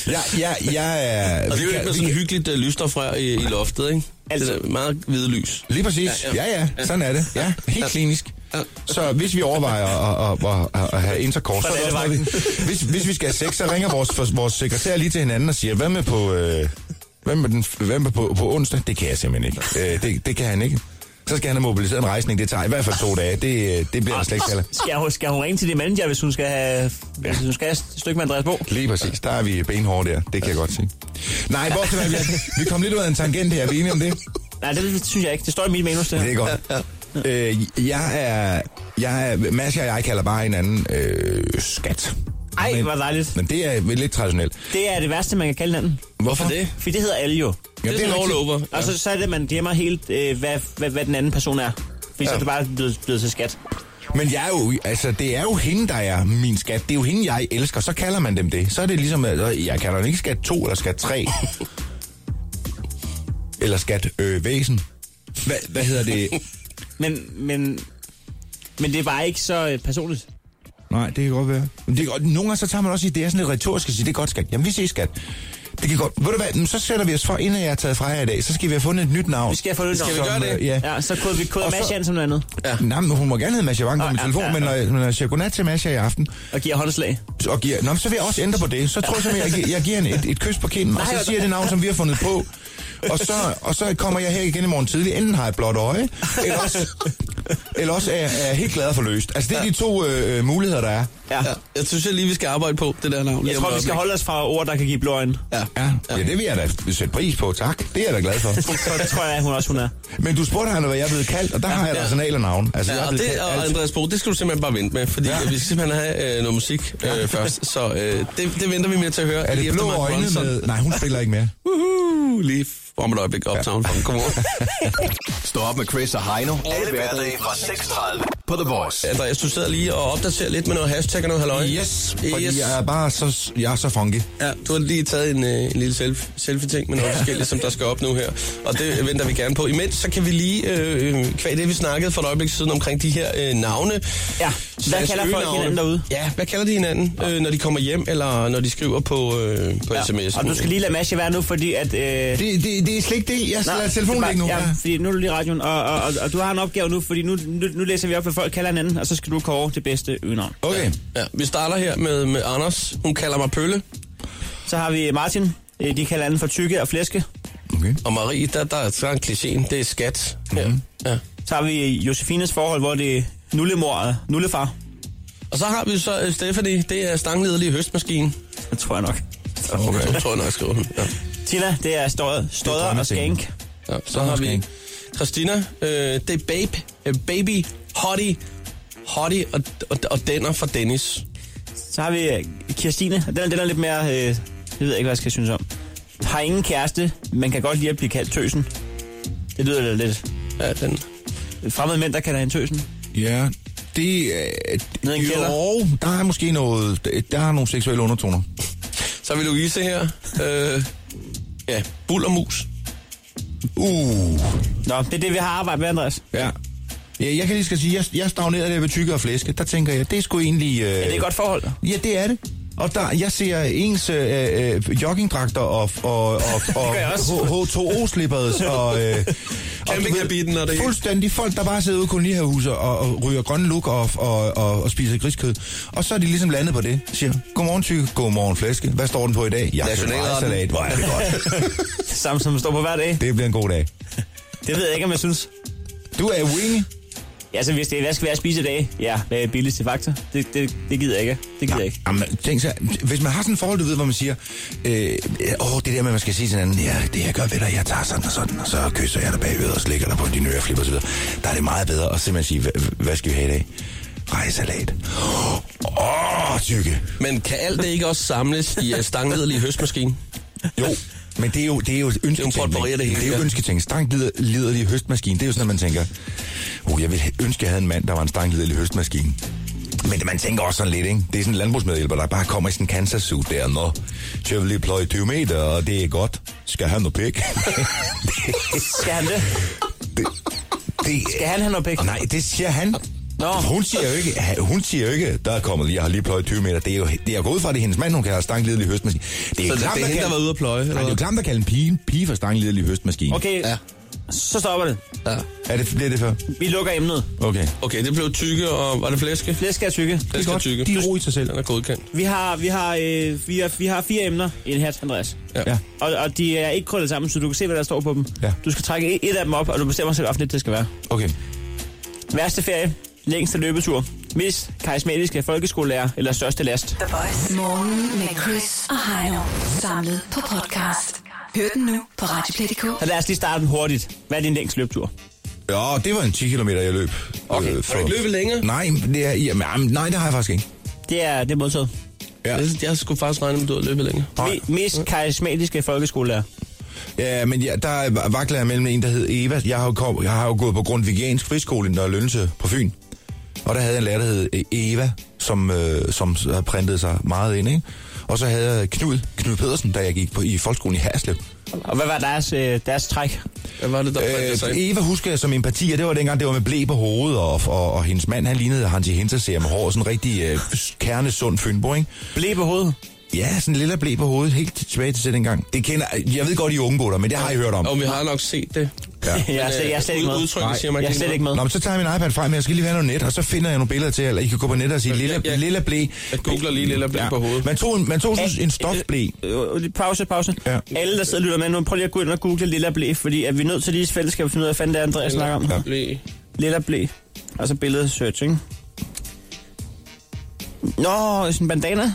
Speaker 7: jeg, jeg, jeg er...
Speaker 2: Og det er jo ikke med sådan et hyggeligt uh, lysstofrør i, i loftet, ikke?
Speaker 3: Altså-
Speaker 2: Det er meget hvide lys.
Speaker 7: Lige præcis. Ja, ja. Sådan er det. Ja, helt klinisk.
Speaker 2: Ja.
Speaker 7: Så hvis vi overvejer at, at, at, at, at have intercourse, så er det også noget, vi- hvis, hvis vi skal have sex, så ringer vores, vores sekretær lige til hinanden og siger, hvad med på, øh, hvad med den, hvad med på, på onsdag? Det kan jeg simpelthen ikke. Øh, det, det kan han ikke. Så skal han have mobiliseret en rejsning. Det tager i hvert fald to dage. Det, øh, det bliver der slet ikke kaldet.
Speaker 3: Skal hun, skal hun ringe til din manager, hvis hun skal have, hvis hun skal have et stykke med Andreas Bo?
Speaker 7: Lige præcis. Der er vi benhårde der. Det kan jeg godt se. Nej, hvor skal vi? Vi kom lidt ud af en tangent her. Er vi enige om det?
Speaker 3: Nej, det synes jeg ikke. Det står i mit manus, det her.
Speaker 7: Det er godt. Øh, jeg er... Jeg er Mads og jeg kalder bare hinanden øh, skat.
Speaker 3: Ej, hvor dejligt.
Speaker 7: Men det er lidt traditionelt.
Speaker 3: Det er det værste, man kan kalde hinanden.
Speaker 7: Hvorfor
Speaker 2: det?
Speaker 3: Fordi det hedder alle jo.
Speaker 2: Ja, det er en all
Speaker 7: rigtigt.
Speaker 2: over.
Speaker 3: Og så, så er det, at man glemmer helt, øh, hvad, hvad, hvad den anden person er. Fordi ja. så er det bare blevet, blevet til skat.
Speaker 7: Men jeg er jo, altså, det er jo hende, der er min skat. Det er jo hende, jeg elsker. Så kalder man dem det. Så er det ligesom, at jeg kalder den ikke skat 2 eller skat 3. eller skat øh, væsen. Hvad, hvad hedder det?
Speaker 3: Men, men, men det er bare ikke så øh, personligt.
Speaker 7: Nej, det kan godt være. Men det, og nogle gange så tager man også i, det er sådan lidt retorisk at sige, det er godt skat. Jamen, vi ses skat. Det kan godt. Ved du hvad, Men så sætter vi os for, inden jeg er taget fra jer i dag, så skal vi have fundet et nyt navn. øh,
Speaker 3: Vi skal have fundet et nyt navn. Skal vi gøre det?
Speaker 7: Ja.
Speaker 3: Ja, så koder vi- koder
Speaker 7: Og så-
Speaker 3: Masha ind som noget andet.
Speaker 7: Ja. Nej, men hun må gerne hedde Masha Wang på
Speaker 3: Nå,
Speaker 7: min
Speaker 3: ja,
Speaker 7: telefon,
Speaker 3: ja,
Speaker 7: men
Speaker 3: ja.
Speaker 7: når, når jeg siger godnat til Masha i aften...
Speaker 3: Og giver håndslag.
Speaker 7: Og giver, nå, men så vil jeg også ændre på det. Så tror jeg simpelthen, jeg, gi- jeg giver hende et, et kys på kinden, og
Speaker 3: Nej,
Speaker 7: så
Speaker 3: hvor-
Speaker 7: siger jeg det navn, som vi har fundet på. Og så, og så kommer jeg her igen i morgen tidlig. Enten har jeg et blåt øje, eller også, eller også er, jeg- er jeg helt glad for løst. Altså, det er de to øh, øh, muligheder, der er.
Speaker 3: Ja.
Speaker 2: Jeg synes jeg lige, vi skal arbejde på det der navn.
Speaker 3: Jeg tror, vi skal holde os fra ord, der kan give blå øjne.
Speaker 2: Ja.
Speaker 7: Ja, ja det vil jeg da sætte pris på. Tak. Det er jeg da glad for.
Speaker 3: Det tror jeg, hun også hun er.
Speaker 7: Men du spurgte han, hvad jeg er blevet kaldt, og der har jeg et arsenal af navn. Altså, jeg
Speaker 2: ja,
Speaker 7: er
Speaker 2: og,
Speaker 7: blevet
Speaker 2: det,
Speaker 7: kaldt
Speaker 2: og
Speaker 7: alt.
Speaker 2: Andreas Bo, det skal du simpelthen bare vente med, fordi ja. vi skal simpelthen have øh, noget musik øh, først, så øh, det, det venter vi med til at høre.
Speaker 7: Er det
Speaker 2: lige efter
Speaker 7: blå
Speaker 2: Mark
Speaker 7: øjne
Speaker 2: Ronson.
Speaker 7: med... Nej, hun spiller ikke mere.
Speaker 2: Uhuh, lige f- om et øjeblik optagen fra Kom over.
Speaker 14: Stå op med Chris og Heino. Alle hverdage fra 6.30 på The Voice.
Speaker 2: Andreas, du sidder lige og opdaterer lidt med noget hashtag og noget halløj. Yes,
Speaker 7: Fordi jeg er bare så, jeg er så funky.
Speaker 2: Ja, du har lige taget en, øh, en lille self- selfie-ting med noget forskelligt, som der skal op nu her. Og det venter vi gerne på. Imens så kan vi lige, øh, øh, kvæg det vi snakkede for et øjeblik siden omkring de her øh, navne. Ja,
Speaker 3: Hvad kalder folk hinanden derude?
Speaker 2: Ja, hvad kalder de hinanden, øh, når de kommer hjem, eller når de skriver på, øh, på ja. sms'en?
Speaker 3: Og du skal lige lade Masha være nu, fordi at... Øh... Det,
Speaker 7: det, det er slet ikke det. Jeg
Speaker 3: Nej,
Speaker 7: lader telefonen
Speaker 3: det er bare-
Speaker 7: ligge nu.
Speaker 3: Ja,
Speaker 7: Ja.
Speaker 3: fordi nu er du lige i radioen, og, og, og, og du har en opgave nu, fordi nu, nu, nu læser vi op, hvad folk kalder hinanden, og så skal du kåre det bedste øgenavn.
Speaker 7: Okay.
Speaker 2: Ja, vi starter her med, med Anders. Hun kalder mig Pølle.
Speaker 3: Så har vi Martin. Øh, De kalder hinanden for tykke og flæske.
Speaker 7: Okay.
Speaker 2: Og Marie, der, der er så en klichéen. Det er skat.
Speaker 7: Mhm.
Speaker 2: Mm-hmm. Ja.
Speaker 3: Så har vi Josefines forhold, hvor det er nullemor og nullefar.
Speaker 2: Og så har vi så øh, Stephanie. Det er stanglederlig høstmaskine.
Speaker 3: Det tror jeg nok.
Speaker 2: Okay. Det tror jeg nok, skriver hun. Ja.
Speaker 3: Tina, det er støder, støder og
Speaker 2: drømmesengen.
Speaker 3: skænk.
Speaker 2: Ja, så har vi Christina. Øh, det er babe, øh, baby, hottie, hottie og, og, og denner fra Dennis.
Speaker 3: Så har vi øh, Kirstine, og den er, den er lidt mere... Øh, jeg ved ikke, hvad jeg skal synes om. Har ingen kæreste, men kan godt lide at blive kaldt tøsen. Det lyder da lidt...
Speaker 2: Ja, den...
Speaker 3: Fremmede mænd, der kalder hende tøsen.
Speaker 7: Ja, det er...
Speaker 3: Ned i en kælder.
Speaker 7: Jo, der er måske noget... der- Der er nogle seksuelle undertoner.
Speaker 2: Så har vi Louise her. Øh, ja, bull og mus.
Speaker 7: Uh.
Speaker 3: Nå, det er det, vi har arbejdet med, Andreas.
Speaker 7: Ja. Ja, jeg kan lige skal sige, jeg, jeg stagnerede der ved tykke og flæske. Der tænker jeg, det er sgu egentlig... Øh... Ja,
Speaker 3: det er et godt forhold.
Speaker 7: Ja, det er det. Og der, jeg ser ens øh, øh, joggingdragter og, og, og, og
Speaker 2: gør jeg også.
Speaker 7: H2O-slippers og... Øh, og du ved,
Speaker 2: Campinghabitten og det hele.
Speaker 7: Fuldstændig folk, der bare sidder ude i kolonihavehuset og, og ryger grønne luk og, og, og, og spiser griskød. Og så er de ligesom landet på det. Siger, godmorgen tykke, godmorgen flæske. Hvad står den på i dag? Jeg
Speaker 2: Nationalretten.
Speaker 7: salat. Hvor er det godt.
Speaker 3: Samme som står på hver dag.
Speaker 7: Det bliver en god dag.
Speaker 3: Det ved jeg ikke, om jeg synes.
Speaker 7: Du er uenig?
Speaker 3: Ja, så hvis det er, hvad skal være at spise i dag? Ja, hvad er billigste faktor? Det, det, det gider jeg ikke. Det gider jeg ikke.
Speaker 7: Jamen, tænk så, hvis man har sådan et forhold, du ved, hvor man siger, øh, åh, det der med, at man skal sige til hinanden, ja, det jeg gør ved dig, jeg tager sådan og sådan, og så kysser jeg dig bagved og slikker dig på din øreflip og så videre. Der er det meget bedre at simpelthen sige, "Hva- hvad skal vi have i dag? Rejsalat. Åh, tykke.
Speaker 2: Men kan alt det ikke også samles i øh, stanglederlig høstmaskine?
Speaker 7: Jo, men det er jo, det er jo ønsketænkning.
Speaker 2: potpourri af det hele,
Speaker 7: det er jo
Speaker 2: ja.
Speaker 7: ønsketænkning. Stangliderlig høstmaskine, det er jo sådan, at man tænker, oh, jeg ville he- ønske, jeg havde en mand, der var en stangliderlig høstmaskine. Men man tænker også sådan lidt, ikke? Det er sådan en landbrugsmedhjælper, der bare kommer i sådan en Kansas suit der, når jeg vil lige pløje 20 meter, og det er godt. Skal han noget pik?
Speaker 3: Skal han det?
Speaker 7: det,
Speaker 3: Skal han have noget pæk?
Speaker 7: nej, det siger han.
Speaker 3: Nå.
Speaker 7: Hun siger jo ikke, ha- hun siger jo ikke, der er kommet lige, jeg har lige pløjet 20 meter. Det er jo, det er jo gået ud fra, at det er hendes mand, hun kan have stangliderlig høstmaskine. Det er
Speaker 2: Så det-
Speaker 7: klamt
Speaker 2: det er
Speaker 7: at
Speaker 2: hende,
Speaker 7: kalde-
Speaker 2: der var ude at pløje, eller
Speaker 7: Nej, det er jo
Speaker 2: hvad?
Speaker 7: klamt at kalde en pige, en pige for stangliderlig høstmaskine.
Speaker 3: Okay, ja. så stopper det.
Speaker 2: Ja.
Speaker 7: Er det, bliver det for?
Speaker 3: Vi lukker emnet.
Speaker 7: Okay.
Speaker 2: Okay, det blev tykke, og var det flæske?
Speaker 3: Flæsk er tykke.
Speaker 2: Flæske og tykke.
Speaker 7: De er ro i sig selv.
Speaker 2: Den er godkendt.
Speaker 3: Vi har, vi har, øh, vi har, vi har fire emner i en hat, Andreas.
Speaker 7: Ja.
Speaker 3: Og, og de er ikke krøllet sammen, så du kan se, hvad der står på dem.
Speaker 7: Ja.
Speaker 3: Du skal trække et- et af dem op, og du bestemmer selv offentligt, det skal være.
Speaker 7: Okay.
Speaker 3: Værste ferie, længste løbetur, mest karismatiske folkeskolelærer eller største last.
Speaker 1: The Voice. Morgen med Chris og Heino. Samlet på podcast. Hør den nu på Radioplay.dk.
Speaker 3: Så lad os lige starte den hurtigt. Hvad er din længste løbetur?
Speaker 7: Ja, det var en 10 km, jeg løb. Okay. Øh, for...
Speaker 2: Har du ikke løbet længere?
Speaker 7: Nej, men det er, jamen, jamen, nej, det har jeg faktisk ikke.
Speaker 3: Det er, det er modtaget.
Speaker 7: Ja.
Speaker 2: Jeg, jeg skulle faktisk regne med, at du havde løbet længere.
Speaker 7: Nej.
Speaker 3: Me- mest karismatiske folkeskolelærer.
Speaker 7: Ja, men ja, der var- vakler jeg mellem en, der hed Eva. Jeg har jo, kom, jeg har jo gået på Grundvigiansk Friskole i Nørre Lønse på Fyn. Og der havde jeg en lærer, der hed øh, Eva, som, øh, som s- havde printet sig meget ind, ikke? Og så havde jeg Knud, Knud Pedersen, da jeg gik på, i folkeskolen i Haslev.
Speaker 3: Og hvad var deres, øh, deres træk?
Speaker 2: Hvad var det, der øh,
Speaker 7: Øh,
Speaker 2: sig ind?
Speaker 7: Eva husker jeg som en parti, og det var dengang, det var med blæ på hovedet, og, og, og hendes mand, han lignede Hansi Hinterseer med hår, sådan en rigtig øh, kernesund fynbo, ikke?
Speaker 3: Blæ på hovedet.
Speaker 7: Ja, sådan en lille blæ på hovedet, helt tilbage til den gang. Det kender, jeg ved godt, I er unge gutter, men det har I hørt om.
Speaker 2: Og vi har nok set det.
Speaker 7: Ja.
Speaker 2: Men,
Speaker 7: Jeg er slet-
Speaker 2: øh,
Speaker 7: jeg er slet ikke
Speaker 2: ud-
Speaker 7: med.
Speaker 2: Udtrykket
Speaker 7: Nej,
Speaker 2: siger mig
Speaker 7: jeg er slet ikke med. Nå, men så tager jeg min iPad frem, jeg skal lige have noget net, og så finder jeg nogle billeder til jer, eller I kan gå på nettet og sige, lille, lille blæ.
Speaker 2: Jeg googler lige lille blæ på hovedet.
Speaker 7: Man tog, en- man tog sådan en stofblæ.
Speaker 3: Øh, Pause, pause. Ja. Alle, der sidder og lytter med nu, prøv lige at gå ind og google Lilla Blæ, fordi er vi nødt til lige i fællesskab at finde ud af, hvad fanden det er, Andreas snakker om. Ja. Lilla Blæ. Altså billedsearch, ikke? Nå, sådan en bandana?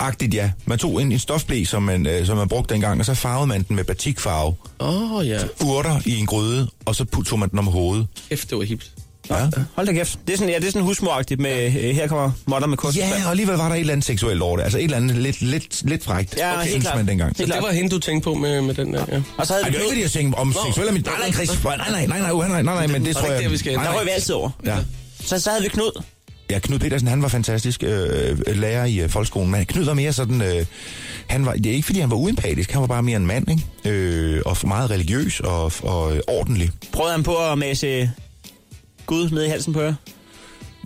Speaker 7: Agtigt, ja. Man tog en, en stofblæ, som man, øh, som man brugte dengang, og så farvede man den med batikfarve.
Speaker 2: Åh, oh, ja.
Speaker 7: Urter i en gryde, og så pu- tog man den om hovedet.
Speaker 2: Kæft, det var hipt. øh,
Speaker 7: Ja.
Speaker 3: Hold da kæft. Det er sådan, ja, det er sådan husmoragtigt med, øh, her kommer modder med kost.
Speaker 7: Ja, og alligevel var der et eller andet seksuelt over det. Altså et eller andet lidt, lidt, lidt frækt,
Speaker 3: Ja, helt
Speaker 7: synes
Speaker 3: klart.
Speaker 7: man dengang.
Speaker 2: Så det var hende, du tænkte på med, med den der, ja.
Speaker 3: Og så havde
Speaker 7: Ej, det er jo ikke, fordi jeg tænkte om
Speaker 2: Nå.
Speaker 7: seksuel er mit... Nej, nej, Chris. Nej, nej, nej, nej, nej, nej, nej, nej men
Speaker 2: Det
Speaker 7: det
Speaker 2: er
Speaker 7: tror
Speaker 2: ikke
Speaker 7: jeg...
Speaker 2: der, vi skal hen.
Speaker 7: Nej, nej.
Speaker 3: Der røg vi altid over.
Speaker 7: Ja.
Speaker 3: Så, så havde vi Knud.
Speaker 7: Ja, Knud Petersen, han var fantastisk øh, lærer i øh, folkeskolen, men Knud var mere sådan, øh, han var, det er ikke fordi han var uempatisk, han var bare mere en mand, ikke? Øh, og meget religiøs og, og øh, ordentlig.
Speaker 3: Prøvede han på at mase Gud ned i halsen på jer?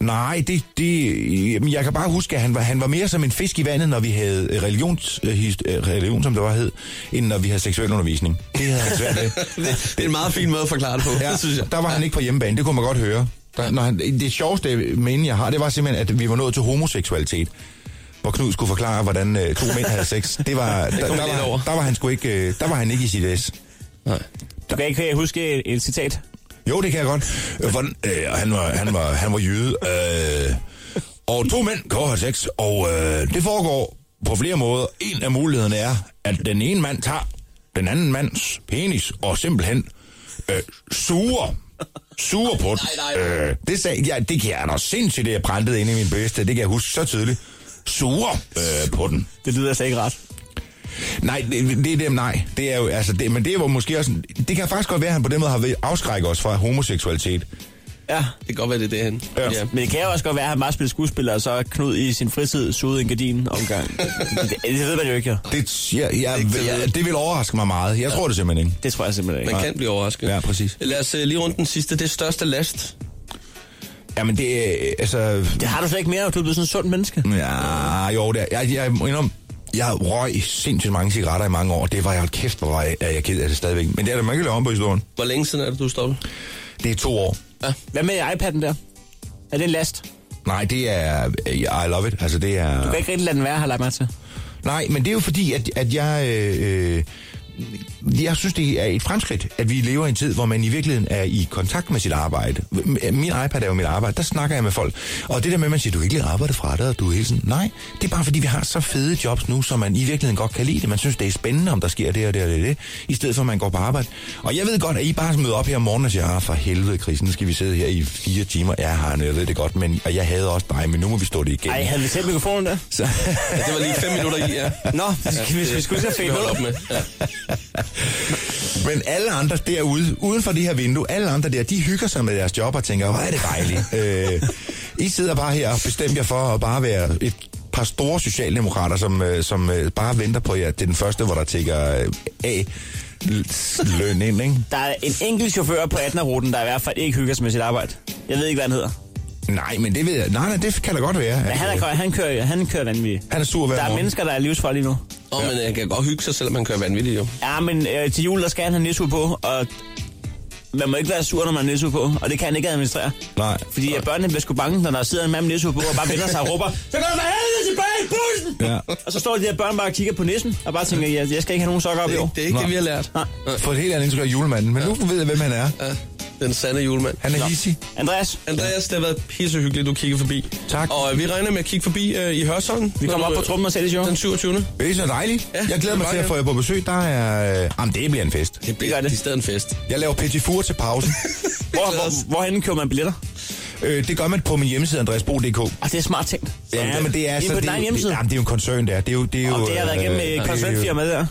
Speaker 7: Nej, det, det, jamen, jeg kan bare huske, at han var, han var mere som en fisk i vandet, når vi havde øh, religions, øh, hist- øh, religion, som det var hed, end når vi havde seksuel undervisning. Det havde han svært ved.
Speaker 2: det, det er en meget fin måde at forklare det på,
Speaker 7: Ja,
Speaker 2: det synes jeg.
Speaker 7: der var han ikke på hjemmebane, det kunne man godt høre. Der, når han, det sjoveste mening, jeg har, det var simpelthen, at vi var nået til homoseksualitet. Hvor Knud skulle forklare, hvordan øh, to mænd havde sex. Det var,
Speaker 3: Det
Speaker 7: der,
Speaker 3: kom
Speaker 7: der,
Speaker 3: lidt
Speaker 7: var,
Speaker 3: over.
Speaker 7: der, var han sgu ikke, øh, der var han ikke i sit S.
Speaker 3: Du kan ikke øh, huske et, et citat?
Speaker 7: Jo, det kan jeg godt. Øh, Hvordan, øh, han, var, han, var, han var jøde. Øh, og to mænd går og har sex, og øh, det foregår på flere måder. En af mulighederne er, at den ene mand tager den anden mands penis og simpelthen øh, suger suger på den. Øh, det, sagde, ja, det kan jeg da sindssygt, det jeg brændte inde i min bedste. Det kan jeg huske så tydeligt. Suger øh, på den.
Speaker 3: Det lyder altså ikke ret.
Speaker 7: Nej, det, det er dem, nej. Det er jo, altså, det, men det var måske også... en- Det kan faktisk godt være, at han på den måde har ved- afskrækket os fra homoseksualitet.
Speaker 3: Ja.
Speaker 2: Det kan godt være, det er det, han.
Speaker 7: Ja.
Speaker 3: Men det kan jo også godt være, at han bare spillede skuespiller, og så Knud i sin fritid sugede en gardin omgang. det, det, ved man jo ikke, jo.
Speaker 7: Det, ja, ja, ja, det vil overraske mig meget. Jeg tror det simpelthen ikke.
Speaker 3: Det tror jeg simpelthen ikke.
Speaker 2: Man kan blive overrasket.
Speaker 7: Ja, præcis.
Speaker 2: Lad os øh, lige rundt den sidste. Det største last.
Speaker 7: Jamen det er, altså...
Speaker 3: Det har du slet ikke mere, og du er blevet sådan en sund menneske.
Speaker 7: Ja, jo, det er, jeg, jeg, må indrømme, jeg røg sindssygt mange cigaretter i mange år. Det var jeg, hold kæft, hvor var jeg, er jeg ked af det stadigvæk. Men det er der, man kan lave om på historien.
Speaker 2: Hvor længe siden er det, du stoppede?
Speaker 7: Det er to år.
Speaker 2: Ja.
Speaker 3: Hvad med iPad'en der? Er det en last?
Speaker 7: Nej, det er... I love it. Altså, det er...
Speaker 3: Du kan ikke rigtig lade den være, har jeg lagt mig til.
Speaker 7: Nej, men det er jo fordi, at, at jeg... Øh, øh, jeg synes, det er et fremskridt, at vi lever i en tid, hvor man i virkeligheden er i kontakt med sit arbejde. Min iPad er jo mit arbejde, der snakker jeg med folk. Og det der med, at man siger, du kan ikke lide at arbejde fra dig, og du er hele tiden... Nej, det er bare fordi, vi har så fede jobs nu, som man i virkeligheden godt kan lide det. Man synes, det er spændende, om der sker det og det og det, og det i stedet for, at man går på arbejde. Og jeg ved godt, at I bare møder op her om morgenen og siger, ah, for helvede, Chris, nu skal vi sidde her i fire timer. Ja, Harne, jeg ved det godt, men, og jeg havde også dig, men nu må vi stå det igennem.
Speaker 3: Ej, havde vi tændt mikrofonen der?
Speaker 7: Så...
Speaker 2: Ja, det var lige fem minutter i, ja.
Speaker 3: Nå, hvis, hvis vi skulle så finde
Speaker 2: holde
Speaker 3: ud.
Speaker 2: op med. Ja.
Speaker 7: Men alle andre derude, uden for det her vindue, alle andre der, de hygger sig med deres job og tænker, hvor er det dejligt. øh, I sidder bare her og bestemmer jer for at bare være et par store socialdemokrater, som, øh, som øh, bare venter på jer. Det er den første, hvor der tækker øh, af løn ind, ikke?
Speaker 3: Der er en enkelt chauffør på 18. ruten, der i hvert fald ikke hygger sig med sit arbejde. Jeg ved ikke, hvad han hedder.
Speaker 7: Nej, men det ved jeg. Nej, nej, det kan da godt være.
Speaker 3: Men han, er, kø- han kører, han kører vanvittigt.
Speaker 7: Han er sur hver
Speaker 3: Der er
Speaker 7: morgen.
Speaker 3: mennesker, der er livsfarlige lige nu.
Speaker 2: Åh, men øh, jeg kan godt hygge sig, selvom man kører vanvittigt, jo.
Speaker 3: Ja, men øh, til jul, der skal han have nissehue på, og man må ikke være sur, når man har nissehue på, og det kan han ikke administrere.
Speaker 7: Nej.
Speaker 3: Fordi at børnene bliver sgu bange, når der sidder en mand med nissehue på, og bare vender sig og råber, så går du for helvede tilbage i bussen!
Speaker 7: Ja.
Speaker 3: Og så står de der børn bare og kigger på nissen, og bare tænker, jeg, jeg skal ikke have nogen sokker op i
Speaker 2: Det er
Speaker 3: år.
Speaker 2: ikke det, er ikke det vi har lært.
Speaker 3: Nej.
Speaker 7: For et helt andet indtryk af julemanden. Men nu ved jeg, hvem han er.
Speaker 2: Ja. Den sande julemand.
Speaker 7: Han er hissig.
Speaker 3: Andreas,
Speaker 2: Andreas, det har været pissehyggeligt, du kigger forbi.
Speaker 7: Tak.
Speaker 2: Og øh, vi regner med at kigge forbi øh, i Hørsholm.
Speaker 3: vi kommer op på trummen og sætter show.
Speaker 2: Den 27. Det
Speaker 7: Det er så dejligt.
Speaker 2: Ja,
Speaker 7: jeg glæder mig
Speaker 2: det er
Speaker 7: til at
Speaker 2: godt,
Speaker 7: få jer på besøg. Der er... Øh, jamen, det bliver en fest.
Speaker 2: bliver det. i stedet en fest.
Speaker 7: Jeg laver petitfure til pausen.
Speaker 3: Hvor, hvor, hvorhen køber man billetter?
Speaker 7: Øh, det gør man på min hjemmeside, andreasbro.dk.
Speaker 3: Og det er smart tænkt.
Speaker 7: Ja, men det er
Speaker 3: Inde
Speaker 7: så...
Speaker 3: på din
Speaker 7: det,
Speaker 3: egen hjemmeside.
Speaker 7: det, jamen, det er jo en koncern, det er. Det er jo... Det er jo
Speaker 3: Og øh, det har været igennem
Speaker 7: det er
Speaker 3: et
Speaker 7: jo-
Speaker 3: konsulentfirma der.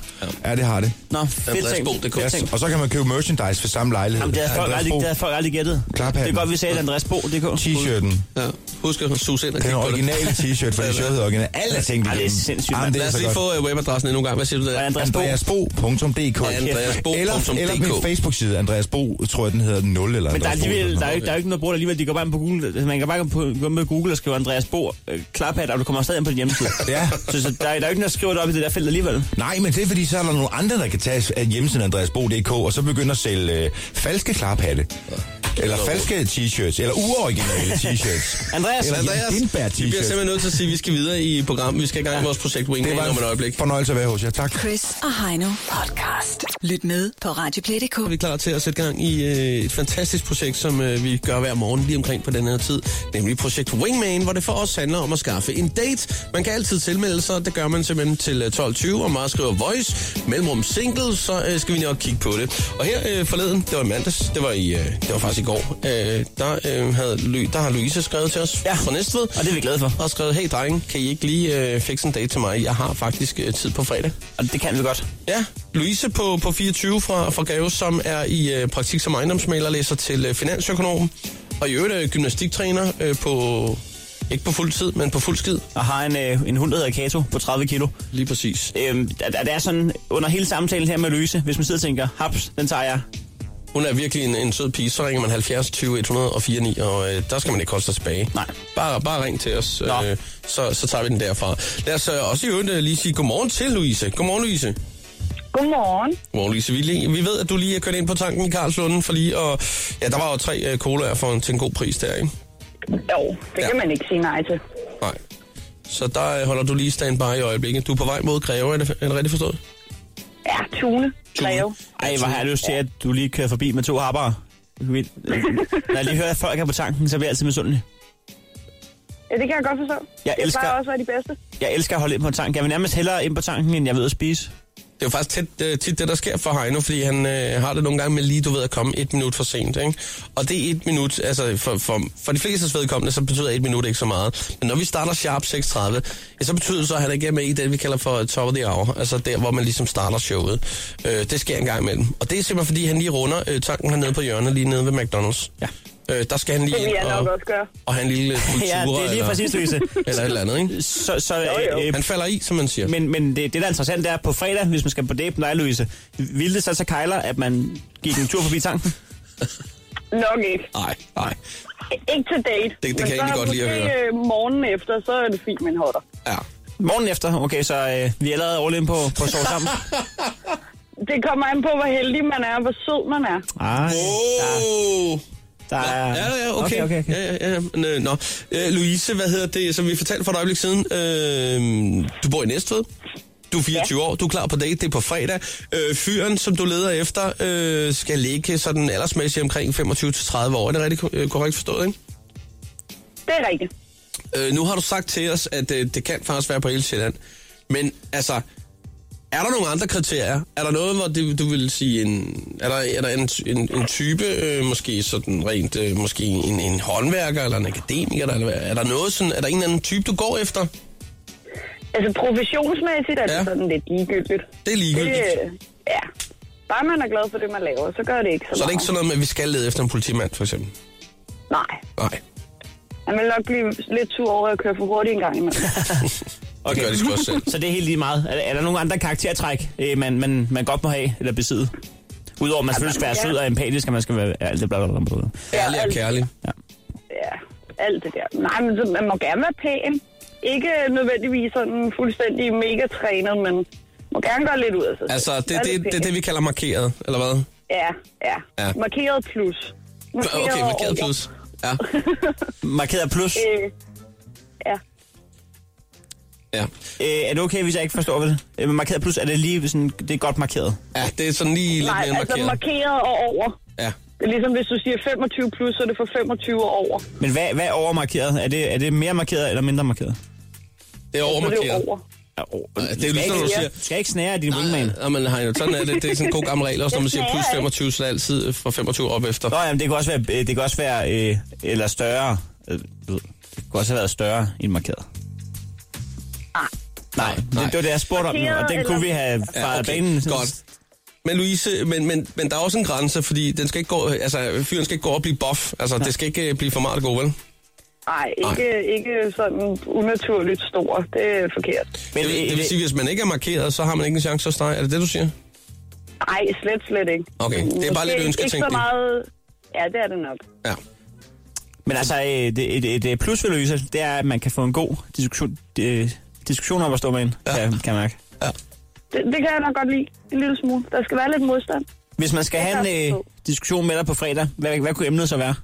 Speaker 7: Ja, det har det.
Speaker 3: Nå, fedt tænkt.
Speaker 2: Andreasbo.dk.
Speaker 3: Fedt tænkt.
Speaker 7: Yes. Og så kan man købe merchandise for samme lejlighed.
Speaker 3: Jamen, det havde folk
Speaker 7: Andreas
Speaker 3: aldrig,
Speaker 7: Bo,
Speaker 3: det havde folk aldrig gættet.
Speaker 7: Klaphatten.
Speaker 3: Det er godt, vi sagde, at Andreas Bo, det går.
Speaker 7: T-shirten.
Speaker 2: Ja. Husk at suge ind og
Speaker 7: Den
Speaker 2: kigge på det.
Speaker 7: originale t-shirt, for det shirt hedder original. Alle er tænkt
Speaker 3: Ej, det er
Speaker 7: igennem.
Speaker 3: sindssygt,
Speaker 7: Jamen,
Speaker 3: mand.
Speaker 7: det
Speaker 2: Lad
Speaker 7: er
Speaker 2: os
Speaker 7: så
Speaker 2: lige
Speaker 7: godt.
Speaker 2: få øh, webadressen endnu en gang. Hvad siger du der?
Speaker 3: Andreas Bo.
Speaker 7: Andreasbo.dk
Speaker 2: Andreasbo.dk.
Speaker 7: eller, eller min Facebook-side, Andreas Bo, tror jeg, den hedder 0 eller
Speaker 3: Men der er,
Speaker 7: Andreas Bo eller
Speaker 3: alligevel,
Speaker 7: sådan
Speaker 3: der er, jo ikke, der er jo ikke noget brug, der alligevel de går bare ind på Google, altså, man kan bare gå, på, gå med Google og skrive Andreas Bo øh, klaphat, og du kommer stadig ind på din hjemmeside.
Speaker 7: ja.
Speaker 3: Så, så der, der, er jo ikke noget, der skriver det op i det der felt alligevel.
Speaker 7: Nej, men det er fordi, så er der nogle andre, der kan tage af hjemmesiden andreasbo.dk, og så begynde at sælge øh, falske klaphatte. Eller falske t-shirts, eller uoriginale t-shirts. eller Andreas,
Speaker 2: Vi bliver simpelthen nødt til at sige, at vi skal videre i programmet. Vi skal i gang med vores projekt Wing
Speaker 7: Det var
Speaker 2: om et
Speaker 7: en
Speaker 2: øjeblik.
Speaker 7: fornøjelse at være hos jer. Tak.
Speaker 1: Chris og Heino podcast. Lyt med på Radioplay.dk.
Speaker 2: Vi er klar til at sætte gang i øh, et fantastisk projekt, som øh, vi gør hver morgen lige omkring på den her tid. Nemlig projekt Wingman, hvor det for os handler om at skaffe en date. Man kan altid tilmelde sig, det gør man simpelthen til øh, 12.20, og meget skriver voice, mellemrum single, så øh, skal vi nok kigge på det. Og her øh, forleden, det var i mandags, det var, i, øh, det var faktisk i går, øh, der, øh, havde, Lu- der har Louise skrevet til os ja. fra Næstved. Og
Speaker 3: det er vi glade for.
Speaker 2: Og skrevet, hey drenge, kan I ikke lige øh, fikse en date til mig? Jeg har faktisk øh, tid på fredag.
Speaker 3: Og det kan vi godt.
Speaker 2: Ja, Louise på, på 24 fra, fra Greve, som er i øh, praktik som ejendomsmaler, læser til øh, finansøkonom, og i øvrigt øh, gymnastiktræner øh, på, ikke på fuld tid, men på fuld skid.
Speaker 3: Og har en, øh, en hund, der hedder Kato, på 30 kilo.
Speaker 2: Lige præcis.
Speaker 3: Øhm, der, der, der, er sådan, under hele samtalen her med Louise, hvis man sidder og tænker, haps, den tager jeg.
Speaker 2: Hun er virkelig en, en sød pige, så ringer man 70 20 104 9, og øh, der skal man ikke holde sig tilbage.
Speaker 3: Nej.
Speaker 2: Bare, bare ring til os, øh, så, så tager vi den derfra. Lad os øh, også i øvrigt øh, lige sige godmorgen til Louise. Godmorgen, Louise.
Speaker 9: Godmorgen.
Speaker 2: Godmorgen, Lise. Vi, lige- vi ved, at du lige er kørt ind på tanken i Karlslunde, for lige og ja, der var jo tre øh, colaer for en, til en god pris der, ikke?
Speaker 9: Jo, det kan man ikke sige nej til.
Speaker 2: Nej. Så der øh, holder du lige standby i øjeblikket. Du er på vej mod Greve, er det, er det rigtigt forstået?
Speaker 9: Ja, Tune. Greve.
Speaker 3: Ej, hvor har jeg lyst til, at du lige kører forbi med to harpere. Vi- øh, Når jeg lige hører, at folk er på tanken, så bliver jeg altid misundelig.
Speaker 9: Ja, det kan jeg godt forstå.
Speaker 3: Jeg
Speaker 9: det
Speaker 3: elsker-
Speaker 9: plejer også at være de bedste.
Speaker 3: Jeg elsker at holde ind på en tank. Jeg vil nærmest hellere ind på tanken, end jeg ved at spise.
Speaker 2: Det er jo faktisk tæt, øh, tit det, der sker for Heino, fordi han øh, har det nogle gange med lige, du ved, at komme et minut for sent. Ikke? Og det er et minut, altså for, for, for de flestes vedkommende, så betyder et minut ikke så meget. Men når vi starter sharp 6.30, ja, så betyder det så, at han ikke er med i det, vi kalder for top of the hour. Altså der, hvor man ligesom starter showet. Øh, det sker en gang imellem. Og det er simpelthen, fordi han lige runder øh, tanken hernede på hjørnet, lige nede ved McDonald's.
Speaker 3: Ja.
Speaker 2: Øh, der skal han lige
Speaker 9: Det vil
Speaker 2: ind
Speaker 9: jeg nok
Speaker 2: og,
Speaker 9: også gøre.
Speaker 2: og have en lille kultur.
Speaker 3: Ja, det er lige
Speaker 2: eller,
Speaker 3: præcis, Louise.
Speaker 2: Eller et eller andet, ikke?
Speaker 3: Så, så, jo,
Speaker 2: Han falder i, som man siger.
Speaker 3: Men, men det, det, der er interessant, det er, på fredag, hvis man skal på date med dig, Louise, ville det så tage kejler, at man gik en tur forbi tanken?
Speaker 9: Nok ikke.
Speaker 2: Nej, nej.
Speaker 9: Ikke til date.
Speaker 3: det kan
Speaker 9: men
Speaker 3: jeg egentlig
Speaker 9: så
Speaker 3: godt lide at
Speaker 9: måske,
Speaker 3: høre.
Speaker 9: øh, morgenen efter, så er det fint med en hotter.
Speaker 2: Ja.
Speaker 3: Morgen efter, okay, så øh, vi er allerede all in på, på sove sammen.
Speaker 9: Det kommer an på, hvor heldig man er, og hvor sød man er.
Speaker 3: Ej,
Speaker 2: oh.
Speaker 3: der, der er...
Speaker 2: Ja, ja, okay.
Speaker 3: okay, okay, okay.
Speaker 2: Ja, ja, ja. Men, øh, Nå. Øh, Louise, hvad hedder det, som vi fortalte for et øjeblik siden? Øh, du bor i Næstved. Du er 24 ja. år, du er klar på date, det er på fredag. Øh, fyren, som du leder efter, øh, skal ligge sådan aldersmæssigt omkring 25-30 år. Er det rigtig øh, korrekt forstået, ikke?
Speaker 9: Det er rigtigt.
Speaker 2: Øh, nu har du sagt til os, at øh, det kan faktisk være på hele Sjælland. Men altså, er der nogle andre kriterier? Er der noget, hvor det, du vil sige, en, er der, er der en, en, en type, øh, måske sådan rent, øh, måske en, en håndværker eller en akademiker? Eller, hvad? er der noget sådan, er der en eller anden type, du går efter?
Speaker 9: Altså professionsmæssigt er det
Speaker 2: Ja.
Speaker 9: sådan lidt ligegyldigt.
Speaker 2: Det er ligegyldigt.
Speaker 9: øh, ja. Bare man er glad for det, man laver, så gør det ikke
Speaker 2: Så er
Speaker 9: så,
Speaker 2: det
Speaker 9: meget.
Speaker 2: ikke sådan noget med, at vi skal lede efter en politimand, for eksempel?
Speaker 9: Nej.
Speaker 2: Nej.
Speaker 9: Man vil nok blive lidt sur over at køre for hurtigt en gang imellem.
Speaker 2: Okay. Det gør de sgu også selv.
Speaker 3: Så det er helt lige meget. Er, er der nogle andre karaktertræk, øh, man, man, man godt må have eller besidde? Udover at man selvfølgelig skal være
Speaker 9: ja.
Speaker 3: sød og empatisk, og man skal være... Ja, det bla, bla, bla, bla.
Speaker 2: Ærlig og kærlig.
Speaker 9: ja, alt det der. Nej, men så- man må gerne være pæn. Ikke nødvendigvis sådan fuldstændig mega trænet, men må gerne gøre lidt ud af sig. selv.
Speaker 2: Altså, det
Speaker 9: Vær
Speaker 2: er det,
Speaker 9: lidt
Speaker 2: det, det,
Speaker 9: pæn.
Speaker 2: det, vi kalder markeret, eller hvad?
Speaker 9: Ja, ja.
Speaker 2: Ja.
Speaker 9: ja. Markeret plus.
Speaker 2: Okay, markeret
Speaker 9: over.
Speaker 2: plus. Ja.
Speaker 3: Markeret plus.
Speaker 9: Øh, ja.
Speaker 2: ja.
Speaker 3: Øh, er det okay, hvis jeg ikke forstår hvad det? er? Øh, markeret plus, er det lige sådan... Det er godt markeret.
Speaker 2: Ja, det er sådan lige lidt
Speaker 9: Nej,
Speaker 2: mere
Speaker 9: altså
Speaker 2: markeret.
Speaker 9: markeret og over.
Speaker 2: Ja.
Speaker 9: Det er ligesom, hvis du siger 25 plus, så er det for 25 og over.
Speaker 3: Men hvad, hvad er overmarkeret? Er det, er det mere markeret eller mindre markeret?
Speaker 2: Det er
Speaker 9: Så det er
Speaker 2: overmarkeret.
Speaker 9: jo over.
Speaker 3: Ja,
Speaker 2: Ja, det er jo ligesom, når du siger-
Speaker 3: Skal jeg ikke snære af din wingman?
Speaker 2: Ja, men Heino, sådan er det. Det er sådan en god gammel regel, også når man siger plus 25, så er det altid øh, fra 25 op efter.
Speaker 3: Nå, jamen, det kan også være, øh, det kan også være øh, eller større. Øh, du ved, det kunne også have været større end markeret. Nej, nej. Det, det var det, jeg spurgte om, nu, og den kunne vi have fra ja, okay. banen.
Speaker 2: Godt. Men Louise, men, men, men der er også en grænse, fordi den skal ikke gå, altså, fyren skal ikke gå og blive buff. Altså, det skal ikke øh, blive for meget god, vel?
Speaker 9: Nej, ikke, ikke sådan unaturligt stor. Det er forkert.
Speaker 2: Men, det,
Speaker 3: øh,
Speaker 2: vil, det vil sige, hvis man ikke er markeret, så har man ikke en chance at strege. Er det det, du siger?
Speaker 9: Nej, slet, slet ikke.
Speaker 2: Okay, det er bare lidt
Speaker 9: Måske
Speaker 2: ønsketænkning.
Speaker 9: Ikke så meget... Ja, det er det nok.
Speaker 2: Ja.
Speaker 3: Men altså, øh, det, et, et, et plus ved Louise, det er, at man kan få en god diskussion, øh, diskussion op at stå med en, ja. kan, kan jeg mærke. Ja.
Speaker 9: Det, det kan jeg nok godt lide. En lille smule. Der skal være lidt modstand.
Speaker 3: Hvis man skal
Speaker 9: Det kan
Speaker 3: have
Speaker 9: jeg
Speaker 3: en øh, diskussion med dig på fredag, hvad, hvad kunne emnet så være?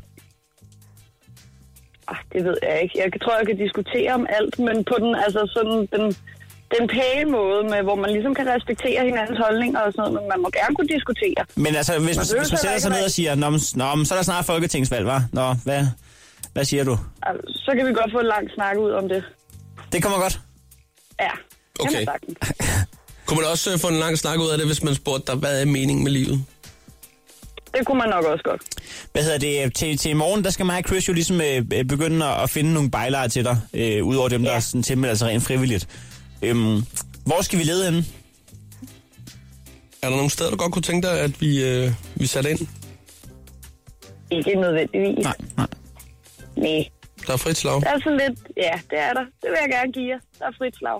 Speaker 9: Ah, Det ved jeg ikke. Jeg tror, jeg kan diskutere om alt, men på den, altså sådan, den, den pæne måde, med, hvor man ligesom kan respektere hinandens holdninger og sådan noget, men man må gerne kunne diskutere.
Speaker 3: Men altså, hvis,
Speaker 9: Man
Speaker 3: hvis,
Speaker 9: behøver
Speaker 3: hvis man
Speaker 9: heller
Speaker 3: sætter
Speaker 9: ikke
Speaker 3: sig ned
Speaker 9: være-
Speaker 3: og siger, nå, men, nå, men så er der snart folketingsvalg, hva'? Nå, hvad, hvad siger du?
Speaker 9: Altså, Så kan vi godt få en lang snak ud om det.
Speaker 3: Det kommer godt.
Speaker 9: Ja, okay. kan man
Speaker 2: Okay.
Speaker 9: sagtens.
Speaker 2: Kunne man også øh, få en lang snak ud af det, hvis man spurgte dig, hvad er meningen med livet?
Speaker 9: Det kunne man nok også godt.
Speaker 3: Hvad hedder det? Til, til i morgen, der skal mig og Chris jo ligesom øh, øh, begynde at, at finde nogle bejlere til dig, øh, udover dem, ja. der er sådan tilmeldt sig rent frivilligt. Øhm, hvor skal vi lede henne?
Speaker 2: Er der nogle steder, du godt kunne tænke dig, at vi, øh, vi satte ind?
Speaker 9: Ikke nødvendigvis. Nej,
Speaker 3: nej.
Speaker 9: Nej.
Speaker 2: Der er frit slag.
Speaker 9: Der er sådan lidt, ja, det er der. Det vil jeg gerne give jer. Der er frit slag.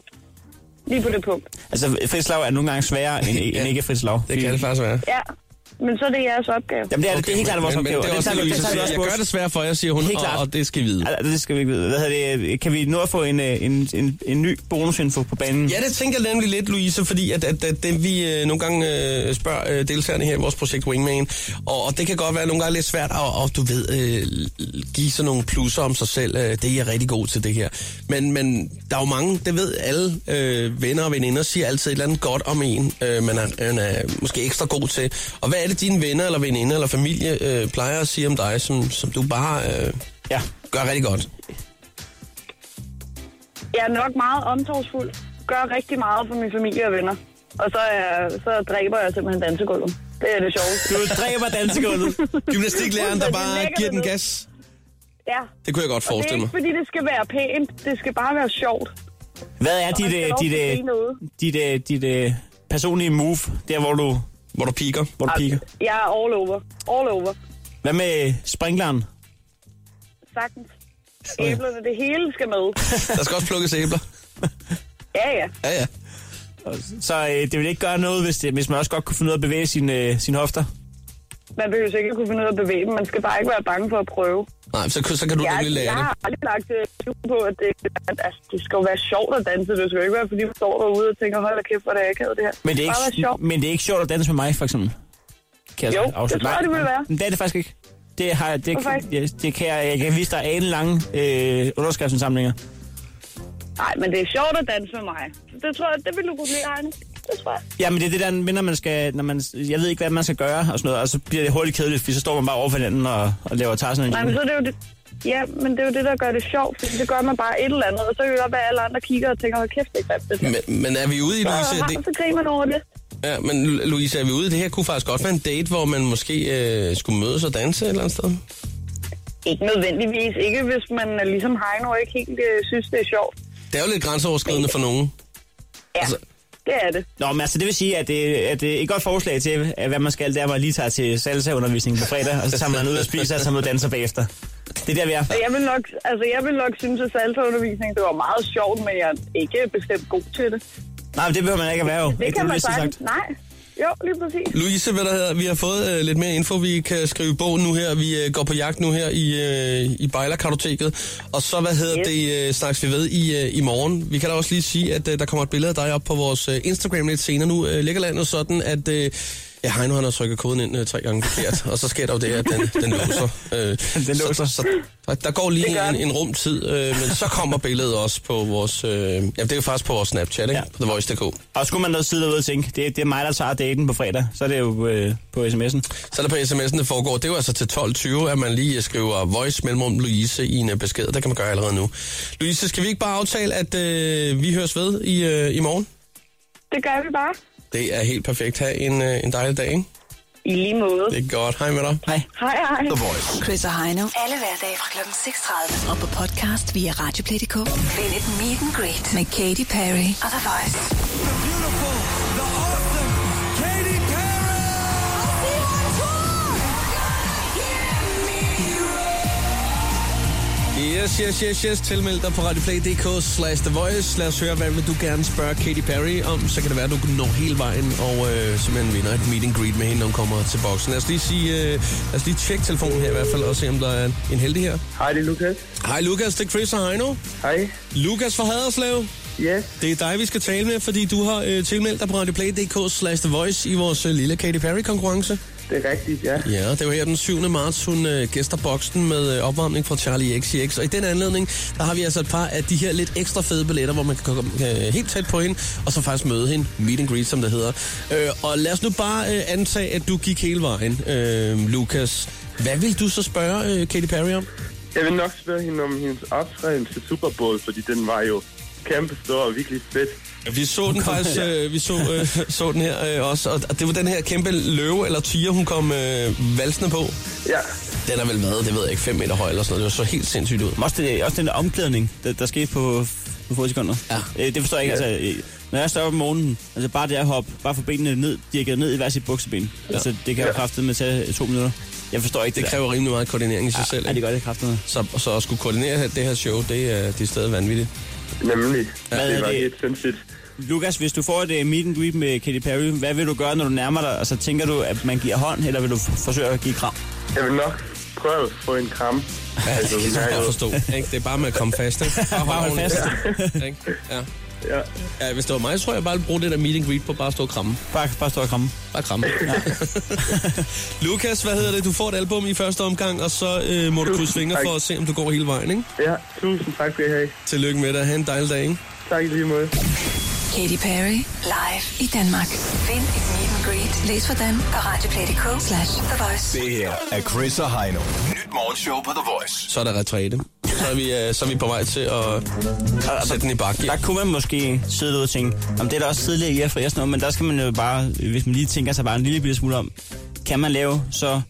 Speaker 9: Lige på det punkt.
Speaker 3: Altså, fritslag er nogle gange sværere end, ja. end ikke fritslag. Det kan
Speaker 2: det faktisk være.
Speaker 9: Ja, men så er det jeres opgave.
Speaker 3: Jamen, det er, okay, det er helt klart vores
Speaker 2: men- men
Speaker 3: opgave.
Speaker 2: det er
Speaker 3: og
Speaker 2: også
Speaker 3: tager vi-
Speaker 2: det, Louise
Speaker 3: tager vi
Speaker 2: siger.
Speaker 3: også
Speaker 2: Jeg
Speaker 3: på os.
Speaker 2: gør det svært for jer, siger hun,
Speaker 3: Helt
Speaker 2: og-
Speaker 3: klart.
Speaker 2: og det skal vi vide.
Speaker 3: Altså, det skal vi vide. Hvad hedder det? Kan vi nå at få en, øh, en, en, en ny bonusinfo på banen?
Speaker 2: Ja, det tænker jeg nemlig lidt, Louise, fordi at, at, at det, vi øh, nogle gange øh, spørger øh, deltagerne her i vores projekt Wingman, og, og det kan godt være nogle gange lidt svært at, og, du ved, øh, give sådan nogle plusser om sig selv. Øh, det er jeg rigtig god til, det her. Men, men der er jo mange, det ved alle øh, venner og veninder, siger altid et eller andet godt om en, øh, man, er, man er måske ekstra god til. Og hvad er det, dine venner eller veninder eller familie øh, plejer at sige om dig, som, som du bare øh,
Speaker 3: ja.
Speaker 2: gør rigtig godt?
Speaker 9: Jeg er nok meget omsorgsfuld. Gør rigtig meget for min familie og venner. Og så, er, så dræber jeg simpelthen dansegulvet. Det er det sjove.
Speaker 3: Du dræber dansegulvet.
Speaker 2: Gymnastiklæreren, der bare giver den gas.
Speaker 9: Ja.
Speaker 2: Det kunne jeg godt
Speaker 9: Og det er
Speaker 2: forestille mig.
Speaker 9: ikke, fordi det skal være pænt. Det skal bare være sjovt.
Speaker 3: Hvad er
Speaker 9: Og
Speaker 3: dit,
Speaker 9: man skal
Speaker 3: øh,
Speaker 9: lov
Speaker 3: dit,
Speaker 9: til at
Speaker 3: øh,
Speaker 9: grine derude.
Speaker 3: dit, øh, dit øh, personlige move, der hvor du...
Speaker 2: Hvor du piker.
Speaker 3: Hvor du piker.
Speaker 9: Jeg er all over. All over.
Speaker 3: Hvad med øh, sprinkleren?
Speaker 9: Sagtens. Æblerne, det hele skal med.
Speaker 2: Der skal også plukkes æbler.
Speaker 9: Ja, ja.
Speaker 2: Ja, ja.
Speaker 3: Så øh, det ville ikke gøre noget, hvis, det, hvis man også godt kunne finde ud af at bevæge sine, øh, sine hofter.
Speaker 9: Man behøver sikkert kunne finde ud af at bevæge dem. Man skal bare ikke være bange for at prøve.
Speaker 2: Nej, så, så kan du
Speaker 9: jeg,
Speaker 2: nemlig lære
Speaker 9: jeg
Speaker 2: det.
Speaker 9: har aldrig lagt øh, skjul på, at det, at, altså, det skal jo være sjovt at danse. Det skal jo ikke være, fordi man står derude og tænker, hold da kæft, hvor er det akavet det her.
Speaker 3: Men det, er
Speaker 9: skal bare være
Speaker 3: ikke,
Speaker 9: sjovt.
Speaker 3: men det er ikke sjovt at danse med mig, for eksempel. Kan
Speaker 9: Jo,
Speaker 3: så afslutte?
Speaker 9: det tror jeg,
Speaker 3: Nej,
Speaker 9: det ville
Speaker 3: nej.
Speaker 9: være.
Speaker 3: Men det er det faktisk ikke. Det, har jeg, det,
Speaker 9: Hvorfor
Speaker 3: kan, jeg, det kan jeg, jeg kan vise dig en lange øh, underskriftsindsamlinger.
Speaker 9: Nej, men det er sjovt at danse med mig. Det tror jeg, det vil du kunne blive, Arne. Det tror jeg.
Speaker 3: Ja, men det er det der med, når man skal, når man, jeg ved ikke, hvad man skal gøre, og sådan noget, og så bliver det hurtigt kedeligt, fordi så står man bare over for hinanden og, og laver tager sådan en...
Speaker 9: Nej, men så er det jo det. Ja, men det er jo det, der gør det sjovt, fordi det gør man bare et eller andet, og så kan det godt være, at alle andre kigger og tænker, hold kæft, det er grimt, det der.
Speaker 2: Men, men er vi ude i, Louise?
Speaker 9: Så,
Speaker 2: at Det,
Speaker 9: så griner man over det.
Speaker 2: ja, men Lu- Louise, er vi ude i det her? Kunne faktisk godt være en date, hvor man måske øh, skulle mødes og danse et eller andet sted.
Speaker 9: Ikke nødvendigvis. Ikke hvis man er ligesom Heino og ikke helt øh, synes, det er sjovt.
Speaker 2: Det er jo lidt grænseoverskridende for nogen.
Speaker 9: Ja,
Speaker 2: Altså-
Speaker 9: det er det.
Speaker 3: Nå, men altså, det vil sige, at det, at det er et godt forslag til, at hvad man skal, det er, at man lige tager til salsa-undervisning på fredag, og så tager man ud og spiser, og tager man ud og danser bagefter. Det er der, vi er.
Speaker 9: Og jeg vil nok, altså, jeg vil nok synes, at salsaundervisning, det var meget sjovt, men jeg er ikke bestemt god til det.
Speaker 3: Nej, men det behøver man ikke at være jo.
Speaker 9: det
Speaker 3: Ikke
Speaker 9: kan
Speaker 3: du
Speaker 9: man
Speaker 3: lige så
Speaker 9: sagtens. Nej. Jo, lige præcis.
Speaker 2: Louise, hvad der hedder, vi har fået øh, lidt mere info. Vi kan skrive bogen nu her. Vi øh, går på jagt nu her i, øh, i Bejlerkartoteket. Og så, hvad hedder yes. det, øh, snakkes vi ved i, øh, i morgen. Vi kan da også lige sige, at øh, der kommer et billede af dig op på vores øh, Instagram lidt senere. Nu øh, ligger landet sådan, at... Øh, Ja, Heino han har trykket koden ind øh, tre gange forkert, og så sker der jo det, at den, den låser. Øh, den låser. Så, så, så, der går lige en, en rum tid, øh, men så kommer billedet også på vores... Øh, jamen, det er jo faktisk på vores Snapchat, ikke? Ja. På TheVoice.dk.
Speaker 3: Og skulle man noget sidde derude og tænke, det, det er mig, der tager daten på fredag, så er det jo øh, på sms'en.
Speaker 2: Så er der på sms'en, det foregår. Det er jo altså til 12.20, at man lige skriver voice mellemrum Louise i en øh, besked. Det kan man gøre allerede nu. Louise, skal vi ikke bare aftale, at øh, vi høres ved i, øh, i morgen?
Speaker 9: Det gør vi bare.
Speaker 2: Det er helt perfekt. Ha' en, øh, en dejlig dag, ikke?
Speaker 9: I lige måde.
Speaker 2: Det er godt. Hej med dig.
Speaker 3: Hej.
Speaker 9: Hej, hej.
Speaker 1: Chris og Heino. Alle hverdage fra kl. 6.30. Og på podcast via Radioplay.dk. Find et meet and greet med Katy Perry og The Voice.
Speaker 2: I Yes, yes, yes, yes. Tilmeld dig på radioplay.dk slash The Voice. Lad os høre, hvad vil du gerne spørge Katy Perry om? Så kan det være, at du når hele vejen og øh, simpelthen vinder et meet and greet med hende, når hun kommer til boksen. Lad os lige, sige, øh, lad os lige tjekke telefonen her i hvert fald og se, om der er en heldig her. Hej, det er Lukas. Hej Lukas, det er Chris og Heino. Hej. Lukas fra Haderslev. Ja. Det er dig, vi skal tale med, fordi du har øh, tilmeldt dig på radioplay.dk slash The Voice i vores øh, lille Katy Perry-konkurrence.
Speaker 15: Det er rigtigt, ja.
Speaker 2: Ja, det var her den 7. marts, hun øh, gæster boksen med øh, opvarmning fra Charlie XCX. Og i den anledning, der har vi altså et par af de her lidt ekstra fede billetter, hvor man kan komme øh, helt tæt på hende, og så faktisk møde hende. Meet and greet, som det hedder. Øh, og lad os nu bare øh, antage, at du gik hele vejen, øh, Lukas. Hvad vil du så spørge øh, Katy Perry om?
Speaker 15: Jeg vil nok spørge hende om hendes optræden til Super Bowl, fordi den var jo kæmpe stor og virkelig fedt.
Speaker 2: Vi så den faktisk, øh, vi så, øh, så den her øh, også, og det var den her kæmpe løve eller tiger, hun kom øh, valsende på.
Speaker 15: Ja.
Speaker 2: Den har vel været, det ved jeg ikke, 5 meter høj eller sådan noget. Det var så helt sindssygt ud.
Speaker 3: Men Også, det, også den der omklædning, der, der skete på, på få sekunder. Ja. Øh, det forstår jeg ikke.
Speaker 2: Ja.
Speaker 3: Altså, øh, når jeg står op om morgenen, altså bare det at hoppe, bare få benene ned, dirket ned i hver sit bukseben. Ja. Altså, det kan jo
Speaker 2: Ja.
Speaker 3: ja. kraftedeme tage to minutter. Jeg forstår ikke det,
Speaker 2: Det
Speaker 3: der.
Speaker 2: kræver rimelig meget koordinering i sig
Speaker 3: Ja,
Speaker 2: selv.
Speaker 3: ja, det gør det kraftedeme.
Speaker 2: Så, så at skulle koordinere det her show, det er, det er stadig vanvittigt.
Speaker 15: Nemlig.
Speaker 3: Hvad
Speaker 2: det
Speaker 3: er
Speaker 2: var
Speaker 3: det?
Speaker 15: helt sindssygt.
Speaker 3: Lukas, hvis du får et uh, meet and greet med Katy Perry, hvad vil du gøre, når du nærmer dig? Altså, tænker du, at man giver hånd, eller vil du f- forsøge at give kram?
Speaker 15: Jeg vil nok prøve at få en kram.
Speaker 2: Ja, det kan jeg godt forstå. Ikke? Det er bare med at komme fast, ikke? Bare
Speaker 3: Bare
Speaker 2: hold
Speaker 3: hold
Speaker 2: fast. Ja. Ikke? Ja. Ja. ja. hvis det var mig, så tror jeg bare, at bruge det der meet and greet på bare at stå og kramme.
Speaker 3: Bare, bare stå og kramme.
Speaker 2: Bare kramme. Ja. Lukas, hvad hedder det? Du får et album i første omgang, og så øh, må du krydse fingre for at se, om du går hele vejen, ikke?
Speaker 15: Ja, tusind tak skal I have.
Speaker 2: Tillykke med dig. Ha' en dejlig dag, ikke?
Speaker 15: Tak i lige måde.
Speaker 1: Katy Perry live i Danmark. Find et meet and greet. Læs hvordan på radioplay.dk slash The Voice.
Speaker 14: Det her er Chris og Heino. Nyt morgenshow på The Voice.
Speaker 2: Så er der retræte. Så er vi, øh, så er vi på vej til at sætte den i bakke.
Speaker 3: Der kunne man måske sidde derude og tænke, om det er da også tidligere i FRS noget, men der skal man jo bare, øh, hvis man lige tænker sig bare en lille bitte smule om, kan man lave så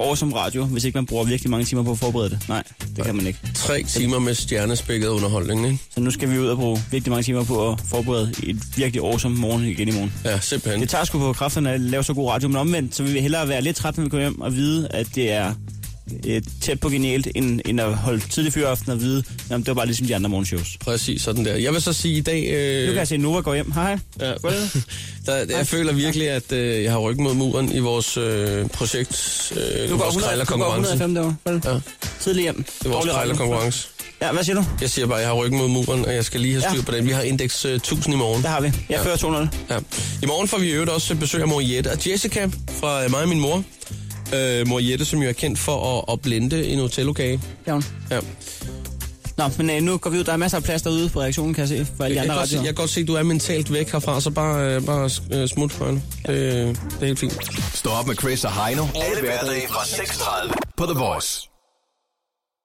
Speaker 3: awesome radio, hvis ikke man bruger virkelig mange timer på at forberede det? Nej, det kan man ikke.
Speaker 2: Tre timer med stjernespækket underholdning, ikke?
Speaker 3: Så nu skal vi ud og bruge virkelig mange timer på at forberede et virkelig awesome morgen igen i morgen.
Speaker 2: Ja, simpelthen.
Speaker 3: Det tager sgu på kræfterne at lave så god radio, men omvendt, så vil vi hellere være lidt træt, når vi kommer hjem og vide, at det er øh, tæt på genialt, end, end at holde tidlig fyraften og vide, jamen det var bare ligesom de andre morgenshows.
Speaker 2: Præcis, sådan der. Jeg vil så sige i dag... Øh...
Speaker 3: Nu kan jeg se, at Nova går hjem. Hej.
Speaker 2: Ja. Der, jeg føler virkelig, at øh, jeg har rykket mod muren i vores øh, projekt, øh,
Speaker 3: Du går
Speaker 2: vores
Speaker 3: 100
Speaker 2: krejlerkonkurrence.
Speaker 3: Du går 105 derovre.
Speaker 2: Ja.
Speaker 3: Tidlig hjem.
Speaker 2: Det er vores krejlerkonkurrence.
Speaker 3: Ja, hvad siger du?
Speaker 2: Jeg siger bare, at jeg har ryggen mod muren, og jeg skal lige have styr
Speaker 3: Ja.
Speaker 2: på den. Vi har indeks øh, 1000 i morgen. Der
Speaker 3: har vi. Jeg fører 200.
Speaker 2: Ja. I morgen får vi i øvrigt også øh, besøg af mor Jette og Jessica fra øh, mig og min mor. Øh, mor Jette, som jo er kendt for at, at blende en otellokage.
Speaker 3: Ja, hun.
Speaker 2: Ja.
Speaker 3: Nå, men øh, nu går vi ud. Der er masser af plads derude på reaktionen, kan jeg se, for alle
Speaker 2: Jeg,
Speaker 3: de andre
Speaker 2: kan godt se, jeg
Speaker 3: radioer.
Speaker 2: kan godt se, at du er mentalt væk herfra, så bare, øh, bare øh, smut for hende. Det, det er helt fint.
Speaker 14: Stå op med Chris og Heino. Alle hverdage fra 6.30 på The Voice.